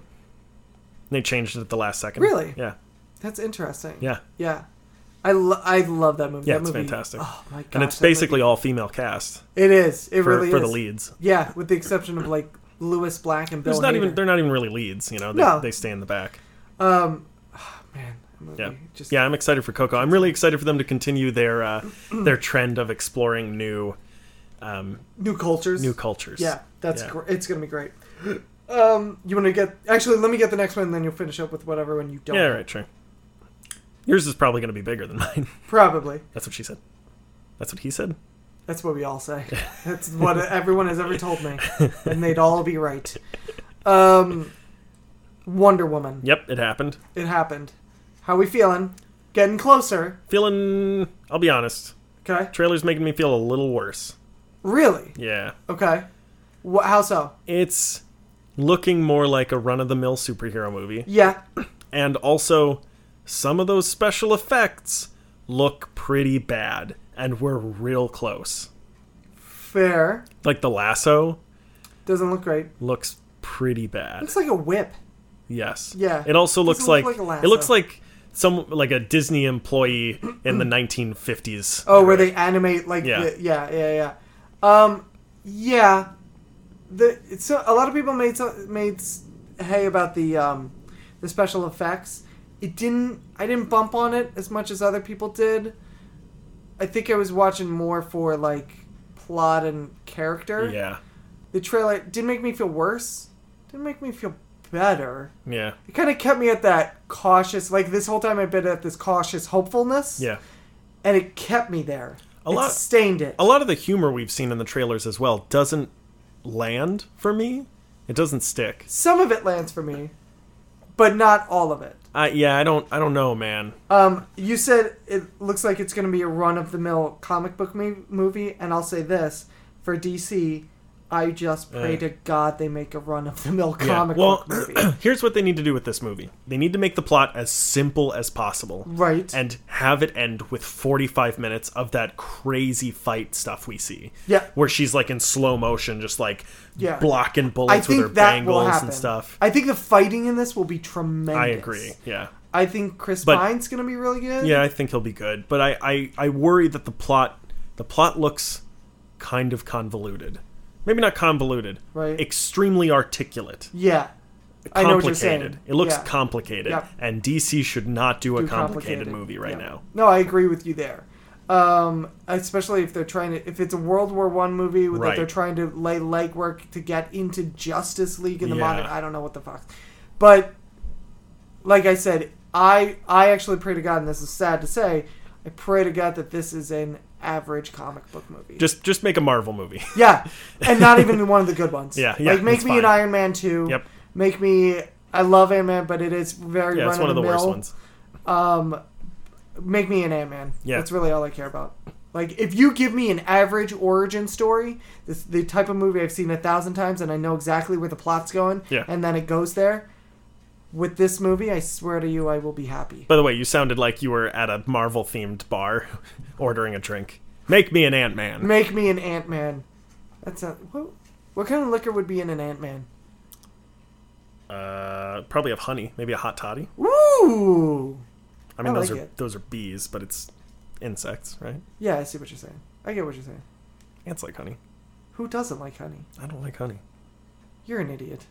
Speaker 1: they changed it at the last second.
Speaker 2: Really?
Speaker 1: Yeah,
Speaker 2: That's interesting.
Speaker 1: yeah,
Speaker 2: Yeah. I, lo- I love that movie.
Speaker 1: yeah.
Speaker 2: that
Speaker 1: it's
Speaker 2: movie.
Speaker 1: fantastic,
Speaker 2: Oh my god.
Speaker 1: and it's basically all female cast
Speaker 2: it is. It
Speaker 1: for,
Speaker 2: really
Speaker 1: for
Speaker 2: is.
Speaker 1: the leads.
Speaker 2: Yeah, with the exception of like Lewis Black and Bill.
Speaker 1: There's not even
Speaker 2: Hader.
Speaker 1: they're not even really leads. You know, they,
Speaker 2: No.
Speaker 1: they stay in the back.
Speaker 2: Um, oh, man, that movie
Speaker 1: Yeah.
Speaker 2: just
Speaker 1: Yeah, I'm excited for Coco. I'm really excited for them to continue their uh, their trend of exploring new um,
Speaker 2: new cultures.
Speaker 1: new cultures.
Speaker 2: Yeah, that's
Speaker 1: Yeah.
Speaker 2: Gr- it's gonna be great. Um, you want to get actually? Let me get the next one, and then you'll finish up with whatever one you don't.
Speaker 1: Yeah,
Speaker 2: have.
Speaker 1: right, sure. Yours is probably going to be bigger than mine.
Speaker 2: Probably.
Speaker 1: That's what she said. That's what he said.
Speaker 2: That's what we all say. That's what everyone has ever told me, and they'd all be right. Um, Wonder Woman.
Speaker 1: Yep, it happened.
Speaker 2: It happened. How we feeling? Getting closer.
Speaker 1: Feeling, I'll be honest,
Speaker 2: Okay.
Speaker 1: trailer's making me feel a little worse.
Speaker 2: Really?
Speaker 1: Yeah.
Speaker 2: Okay. Wh- how so?
Speaker 1: It's looking more like a run of the mill superhero movie.
Speaker 2: Yeah.
Speaker 1: And also, some of those special effects look pretty bad, and we're real close.
Speaker 2: Fair.
Speaker 1: Like the lasso
Speaker 2: Doesn't look great.
Speaker 1: looks pretty bad.
Speaker 2: Looks like a whip.
Speaker 1: Yes.
Speaker 2: Yeah.
Speaker 1: It also
Speaker 2: Doesn't
Speaker 1: looks
Speaker 2: look
Speaker 1: like,
Speaker 2: like a lasso.
Speaker 1: it looks like some like a Disney employee in the 1950s.
Speaker 2: Oh, where they animate like
Speaker 1: Yeah.
Speaker 2: the- yeah, yeah, yeah. Um, yeah. The so a lot of people made so, made s- hay about the um, the special effects. It didn't. I didn't bump on it as much as other people did. I think I was watching more for like plot and character.
Speaker 1: Yeah.
Speaker 2: The trailer didn't make me feel worse. Didn't make me feel better.
Speaker 1: Yeah.
Speaker 2: It kind of kept me at that cautious. Like this whole time, I've been at this cautious hopefulness.
Speaker 1: Yeah.
Speaker 2: and it kept me there.
Speaker 1: A
Speaker 2: it
Speaker 1: lot-
Speaker 2: stained it.
Speaker 1: A lot of the humor we've seen in the trailers as well doesn't land for me. It doesn't stick.
Speaker 2: Some of it lands for me, but not all of it.
Speaker 1: I yeah, I don't I don't know, man.
Speaker 2: Um, you said it looks like it's going to be a run-of-the-mill comic book me- movie, and I'll say this for DC: I just pray
Speaker 1: Uh.
Speaker 2: to God they make a run-of-the-mill
Speaker 1: Yeah.
Speaker 2: comic
Speaker 1: well,
Speaker 2: book movie.
Speaker 1: here's what they need to do with this movie. They need to make the plot as simple as possible
Speaker 2: right?
Speaker 1: and have it end with 45 minutes of that crazy fight stuff we see.
Speaker 2: Yeah.
Speaker 1: Where she's like in slow motion just like
Speaker 2: Yeah.
Speaker 1: blocking
Speaker 2: I
Speaker 1: bullets with her
Speaker 2: think that will
Speaker 1: bangles
Speaker 2: happen.
Speaker 1: and stuff.
Speaker 2: I think the fighting in this will be tremendous.
Speaker 1: I agree. Yeah.
Speaker 2: I think Chris
Speaker 1: But-
Speaker 2: Pine's going to be really good.
Speaker 1: Yeah, I think he'll be good, but I, I, I worry that the plot the plot looks kind of convoluted. Maybe not convoluted,
Speaker 2: Right.
Speaker 1: Extremely articulate,
Speaker 2: yeah. I know what you're
Speaker 1: complicated.
Speaker 2: saying.
Speaker 1: It looks
Speaker 2: Yeah.
Speaker 1: complicated,
Speaker 2: Yep.
Speaker 1: and DC should not do a
Speaker 2: too
Speaker 1: complicated, movie right
Speaker 2: Yeah.
Speaker 1: now.
Speaker 2: No, I agree with you there. Um, especially if they're trying to, if it's a World War One movie with that
Speaker 1: Right.
Speaker 2: they're trying to lay legwork to get into Justice League in the modern.
Speaker 1: Yeah.
Speaker 2: I don't know what the fuck, but like I said, I I actually pray to God, and this is sad to say, I pray to God that this is an average comic book movie.
Speaker 1: Just just make a Marvel movie.
Speaker 2: yeah, and not even one of the good ones.
Speaker 1: Yeah, yeah,
Speaker 2: like make
Speaker 1: that's
Speaker 2: me an
Speaker 1: fine.
Speaker 2: Iron Man two.
Speaker 1: Yep.
Speaker 2: Make me. I love Ant Man, but it is very
Speaker 1: yeah,
Speaker 2: run
Speaker 1: it's one of the worst
Speaker 2: mill
Speaker 1: ones.
Speaker 2: um, make me an Ant Man.
Speaker 1: Yeah.
Speaker 2: that's really all I care about. Like, if you give me an average origin story, this the type of movie I've seen a thousand times, and I know exactly where the plot's going.
Speaker 1: Yeah.
Speaker 2: and then it goes there. With this movie, I swear to you, I will be happy.
Speaker 1: By the way, you sounded like you were at a Marvel themed bar ordering a drink. Make me an Ant Man.
Speaker 2: Make me an Ant Man. That's not what. What kind of liquor would be in an Ant Man?
Speaker 1: Uh, probably have honey, maybe a hot toddy.
Speaker 2: Ooh.
Speaker 1: I mean,
Speaker 2: I
Speaker 1: those
Speaker 2: like
Speaker 1: are
Speaker 2: it.
Speaker 1: those are bees, but it's insects, right?
Speaker 2: Yeah, I see what you're saying. I get what you're saying.
Speaker 1: Ants like honey.
Speaker 2: Who doesn't like honey?
Speaker 1: I don't like honey.
Speaker 2: You're an idiot.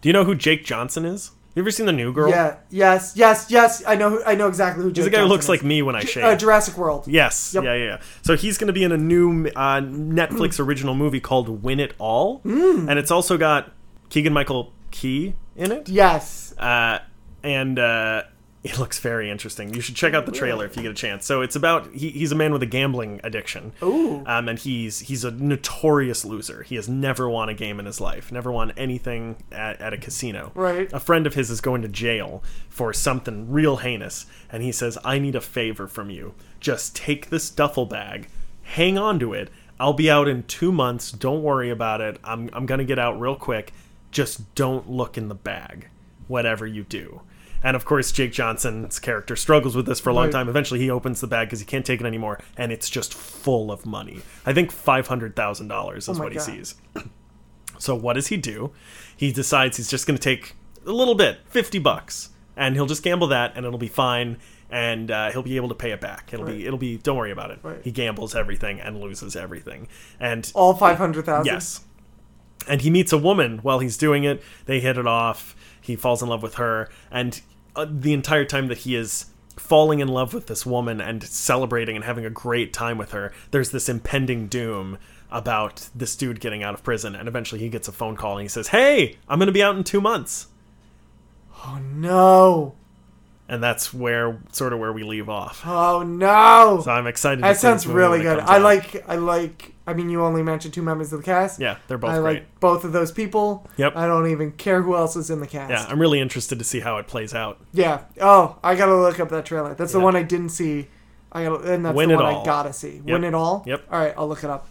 Speaker 1: Do you know who Jake Johnson is? You ever seen the New Girl?
Speaker 2: Yeah. Yes. Yes. Yes. I know. Who, I know exactly who.
Speaker 1: He's the
Speaker 2: Jake
Speaker 1: guy who looks
Speaker 2: Johnson is.
Speaker 1: like me when I
Speaker 2: Ju-
Speaker 1: shave.
Speaker 2: Uh, Jurassic World.
Speaker 1: yes.
Speaker 2: Yep. Mm.
Speaker 1: Yeah, yeah, yeah. So he's going to be in a new uh, Netflix original movie called Win It All. And it's also got Keegan Michael Key in it.
Speaker 2: Yes.
Speaker 1: Uh, and uh, it looks very interesting. You should check out the trailer if you get a chance. So it's about he, he's a man with a gambling addiction.
Speaker 2: Ooh.
Speaker 1: Um, and he's he's a notorious loser. He has never won a game in his life, never won anything at, at a casino.
Speaker 2: Right.
Speaker 1: A friend of his is going to jail for something real heinous, and he says, "I need a favor from you. Just take this duffel bag, hang on to it. I'll be out in two months. Don't worry about it. I'm I'm gonna get out real quick. Just don't look in the bag, whatever you do. And of course, Jake Johnson's character struggles with this for a long
Speaker 2: Right.
Speaker 1: time. Eventually, he opens the bag because he can't take it anymore, and it's just full of money. I think five hundred thousand dollars is
Speaker 2: Oh my
Speaker 1: what
Speaker 2: God.
Speaker 1: he sees. So what does he do? He decides he's just going to take a little bit, fifty bucks, and he'll just gamble that, and it'll be fine, and uh, he'll be able to pay it back. It'll be, it'll be. Don't worry about it.
Speaker 2: Right.
Speaker 1: He gambles everything and loses everything, and
Speaker 2: All five hundred thousand.
Speaker 1: yes, and he meets a woman while he's doing it. They hit it off. He falls in love with her, and uh, the entire time that he is falling in love with this woman and celebrating and having a great time with her, there's this impending doom about this dude getting out of prison. And eventually, he gets a phone call and he says, "Hey, I'm going to be out in two months."
Speaker 2: Oh no!
Speaker 1: And that's where sort of where we leave off.
Speaker 2: Oh no!
Speaker 1: So I'm excited. to
Speaker 2: that
Speaker 1: see this
Speaker 2: sounds
Speaker 1: movie
Speaker 2: really
Speaker 1: when it
Speaker 2: good.
Speaker 1: comes
Speaker 2: I
Speaker 1: out.
Speaker 2: like. I like. I mean, you only mentioned two members of the cast.
Speaker 1: Yeah, they're both
Speaker 2: I
Speaker 1: great.
Speaker 2: like both of those people.
Speaker 1: Yep.
Speaker 2: I don't even care who else is in the cast.
Speaker 1: yeah, I'm really interested to see how it plays out.
Speaker 2: Yeah. Oh, I gotta look up that trailer. That's the
Speaker 1: Yeah.
Speaker 2: one I didn't see. I gotta, and that's
Speaker 1: Win
Speaker 2: the
Speaker 1: It
Speaker 2: one
Speaker 1: All.
Speaker 2: I gotta see. Win it all.
Speaker 1: Yep.
Speaker 2: All right, I'll look it up.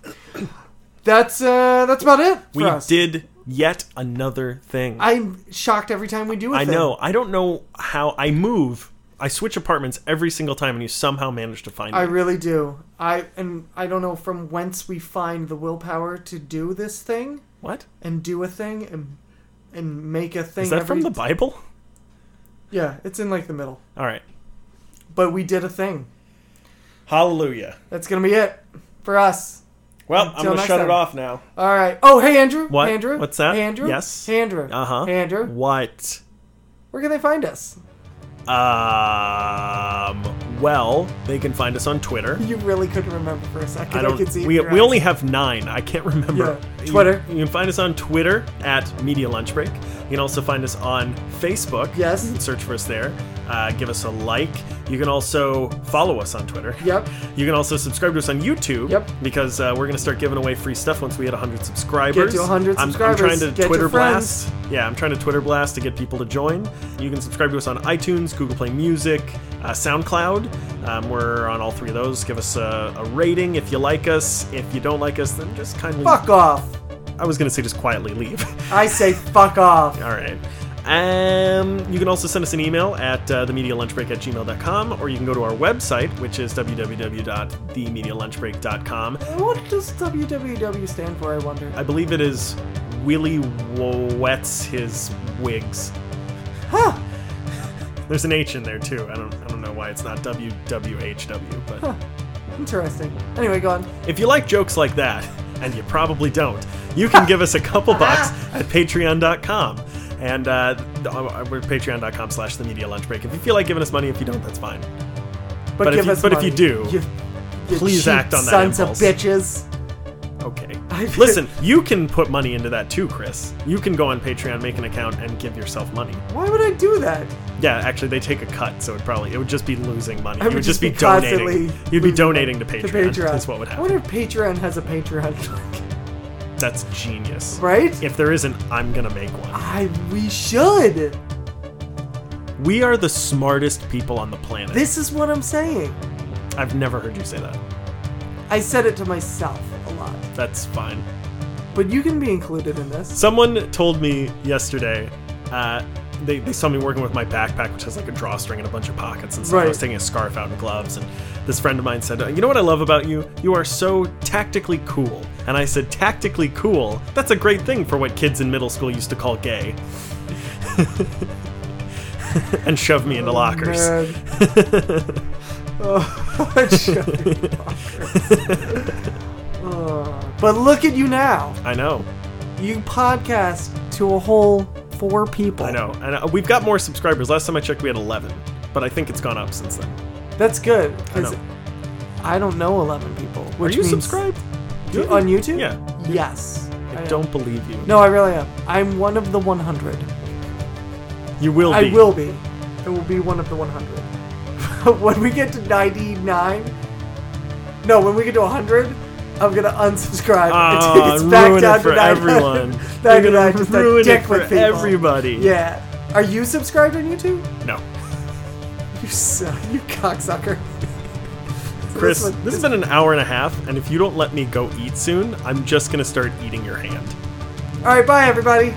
Speaker 2: That's uh, that's about it. For
Speaker 1: We
Speaker 2: us.
Speaker 1: did yet another thing.
Speaker 2: I'm shocked every time we do it.
Speaker 1: I know. I don't know how I move. I switch apartments every single time, and you somehow manage to find
Speaker 2: I
Speaker 1: me.
Speaker 2: really do. I and I don't know from whence we find the willpower to do this thing
Speaker 1: What
Speaker 2: and do a thing and and make a thing.
Speaker 1: is that from
Speaker 2: every-
Speaker 1: the Bible?
Speaker 2: Yeah, it's in like the middle.
Speaker 1: All right.
Speaker 2: But we did a thing.
Speaker 1: Hallelujah.
Speaker 2: That's gonna be it for us.
Speaker 1: Well, I'm
Speaker 2: Until
Speaker 1: gonna
Speaker 2: next
Speaker 1: shut it
Speaker 2: time.
Speaker 1: off now.
Speaker 2: All right. Oh, hey Andrew.
Speaker 1: What?
Speaker 2: Andrew.
Speaker 1: What's that?
Speaker 2: Hey, Andrew.
Speaker 1: Yes.
Speaker 2: Hey, Andrew.
Speaker 1: Uh huh.
Speaker 2: Hey, Andrew.
Speaker 1: What?
Speaker 2: Where can they find us?
Speaker 1: Um. Well, they can find us on Twitter.
Speaker 2: You really couldn't remember for a second.
Speaker 1: I
Speaker 2: I,
Speaker 1: don't.
Speaker 2: could see. it
Speaker 1: we
Speaker 2: in your
Speaker 1: we
Speaker 2: eyes.
Speaker 1: only have nine. I can't remember.
Speaker 2: Yeah. Twitter.
Speaker 1: You, you can find us on Twitter at Media Lunch Break. You can also find us on Facebook.
Speaker 2: Yes.
Speaker 1: You can search for us there. Uh, give us a like. You can also follow us on Twitter.
Speaker 2: Yep.
Speaker 1: You can also subscribe to us on YouTube.
Speaker 2: Yep.
Speaker 1: Because uh, we're going to start giving away free stuff once we hit 100 subscribers.
Speaker 2: 100
Speaker 1: I'm,
Speaker 2: subscribers.
Speaker 1: I'm trying to
Speaker 2: Get your
Speaker 1: Twitter
Speaker 2: friends.
Speaker 1: blast. Yeah, I'm trying to Twitter blast to get people to join. You can subscribe to us on iTunes, Google Play Music, uh, SoundCloud. Um, we're on all three of those. Give us a, a rating if you like us. If you don't like us, then just kindly.
Speaker 2: Fuck off.
Speaker 1: I was going to say just quietly leave.
Speaker 2: I say fuck off.
Speaker 1: All right. Um, you can also send us an email at uh, themedialunchbreak at gmail.com, or you can go to our website, which is www.themedialunchbreak.com.
Speaker 2: What does WWW stand for? I wonder.
Speaker 1: I believe it is Willy Wets His Wigs.
Speaker 2: Huh.
Speaker 1: There's an H in there, too. I don't, I don't know why it's not WWHW, but
Speaker 2: Interesting. Anyway, go on.
Speaker 1: if you like jokes like that, and you probably don't, you can give us a couple bucks at patreon.com. And uh, th- uh, we're patreon.com slash the media lunch break. If you feel like giving us money, if you don't, that's fine.
Speaker 2: But,
Speaker 1: But if
Speaker 2: give
Speaker 1: you-
Speaker 2: us
Speaker 1: but if
Speaker 2: money.
Speaker 1: you do,
Speaker 2: you, you
Speaker 1: please
Speaker 2: cheap
Speaker 1: act on that
Speaker 2: Sons
Speaker 1: impulse.
Speaker 2: of bitches.
Speaker 1: Okay.
Speaker 2: I-
Speaker 1: Listen, you can put money into that too, Chris. You can go on Patreon, make an account, and give yourself money.
Speaker 2: Why would I do that?
Speaker 1: Yeah, actually, they take a cut, so it probably it would just be losing money.
Speaker 2: I
Speaker 1: you would just be, donating.
Speaker 2: constantly
Speaker 1: You'd be
Speaker 2: losing
Speaker 1: donating to
Speaker 2: money.
Speaker 1: Patreon.
Speaker 2: Patreon.
Speaker 1: Is what would
Speaker 2: I
Speaker 1: happen.
Speaker 2: wonder if Patreon has a Patreon,
Speaker 1: That's genius.
Speaker 2: right?
Speaker 1: If there isn't, I'm gonna make one.
Speaker 2: I we should.
Speaker 1: We are the smartest people on the planet.
Speaker 2: This is what I'm saying.
Speaker 1: I've never heard you say that.
Speaker 2: I said it to myself a lot,
Speaker 1: That's fine.
Speaker 2: but you can be included in this.
Speaker 1: Someone told me yesterday, uh, they, they saw me working with my backpack, which has like a drawstring and a bunch of pockets and stuff. I was
Speaker 2: Right.
Speaker 1: taking a scarf out and gloves, and this friend of mine said, "Uh, "You know what I love about you? You are so tactically cool." And I said, "Tactically cool? That's a great thing for what kids in middle school used to call gay." and shoved me into lockers.
Speaker 2: Man. oh, shut your fucker. Oh, but look at you now.
Speaker 1: I know,
Speaker 2: You podcast to a whole four people.
Speaker 1: I know, and uh, we've got more subscribers. Last time I checked, we had 11, but I think it's gone up since then.
Speaker 2: That's good. 'cause
Speaker 1: know.
Speaker 2: I don't know 11 people.
Speaker 1: Are
Speaker 2: Which
Speaker 1: you
Speaker 2: means-
Speaker 1: subscribed? Do you have
Speaker 2: on
Speaker 1: a-
Speaker 2: YouTube?
Speaker 1: Yeah.
Speaker 2: Yes.
Speaker 1: I
Speaker 2: am.
Speaker 1: don't believe you.
Speaker 2: No, I really am. I'm one of the 100.
Speaker 1: You will
Speaker 2: I
Speaker 1: be.
Speaker 2: will be. I will be one of the 100. when we get to 99, no, when we get to 100, I'm gonna unsubscribe.
Speaker 1: Ah,
Speaker 2: and take us back
Speaker 1: ruin it
Speaker 2: down
Speaker 1: for
Speaker 2: to 99.
Speaker 1: everyone.
Speaker 2: Back
Speaker 1: You're
Speaker 2: to
Speaker 1: gonna
Speaker 2: 99, just a
Speaker 1: ruin it
Speaker 2: dick
Speaker 1: for
Speaker 2: with people.
Speaker 1: everybody.
Speaker 2: Yeah. Are you subscribed on YouTube?
Speaker 1: No.
Speaker 2: You suck. You cocksucker.
Speaker 1: Chris,
Speaker 2: This one-
Speaker 1: this has been an hour and a half, and if you don't let me go eat soon, I'm just gonna start eating your hand.
Speaker 2: All right, bye everybody.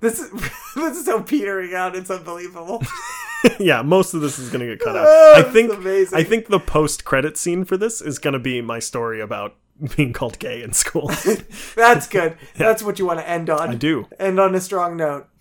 Speaker 2: This is this is so petering out. It's unbelievable.
Speaker 1: yeah, most of this is gonna get cut out.
Speaker 2: Oh,
Speaker 1: I
Speaker 2: that's
Speaker 1: think
Speaker 2: amazing.
Speaker 1: I think the post credit scene for this is gonna be my story about being called gay in school.
Speaker 2: That's good. That's what you want to end on.
Speaker 1: I do.
Speaker 2: End on a strong note.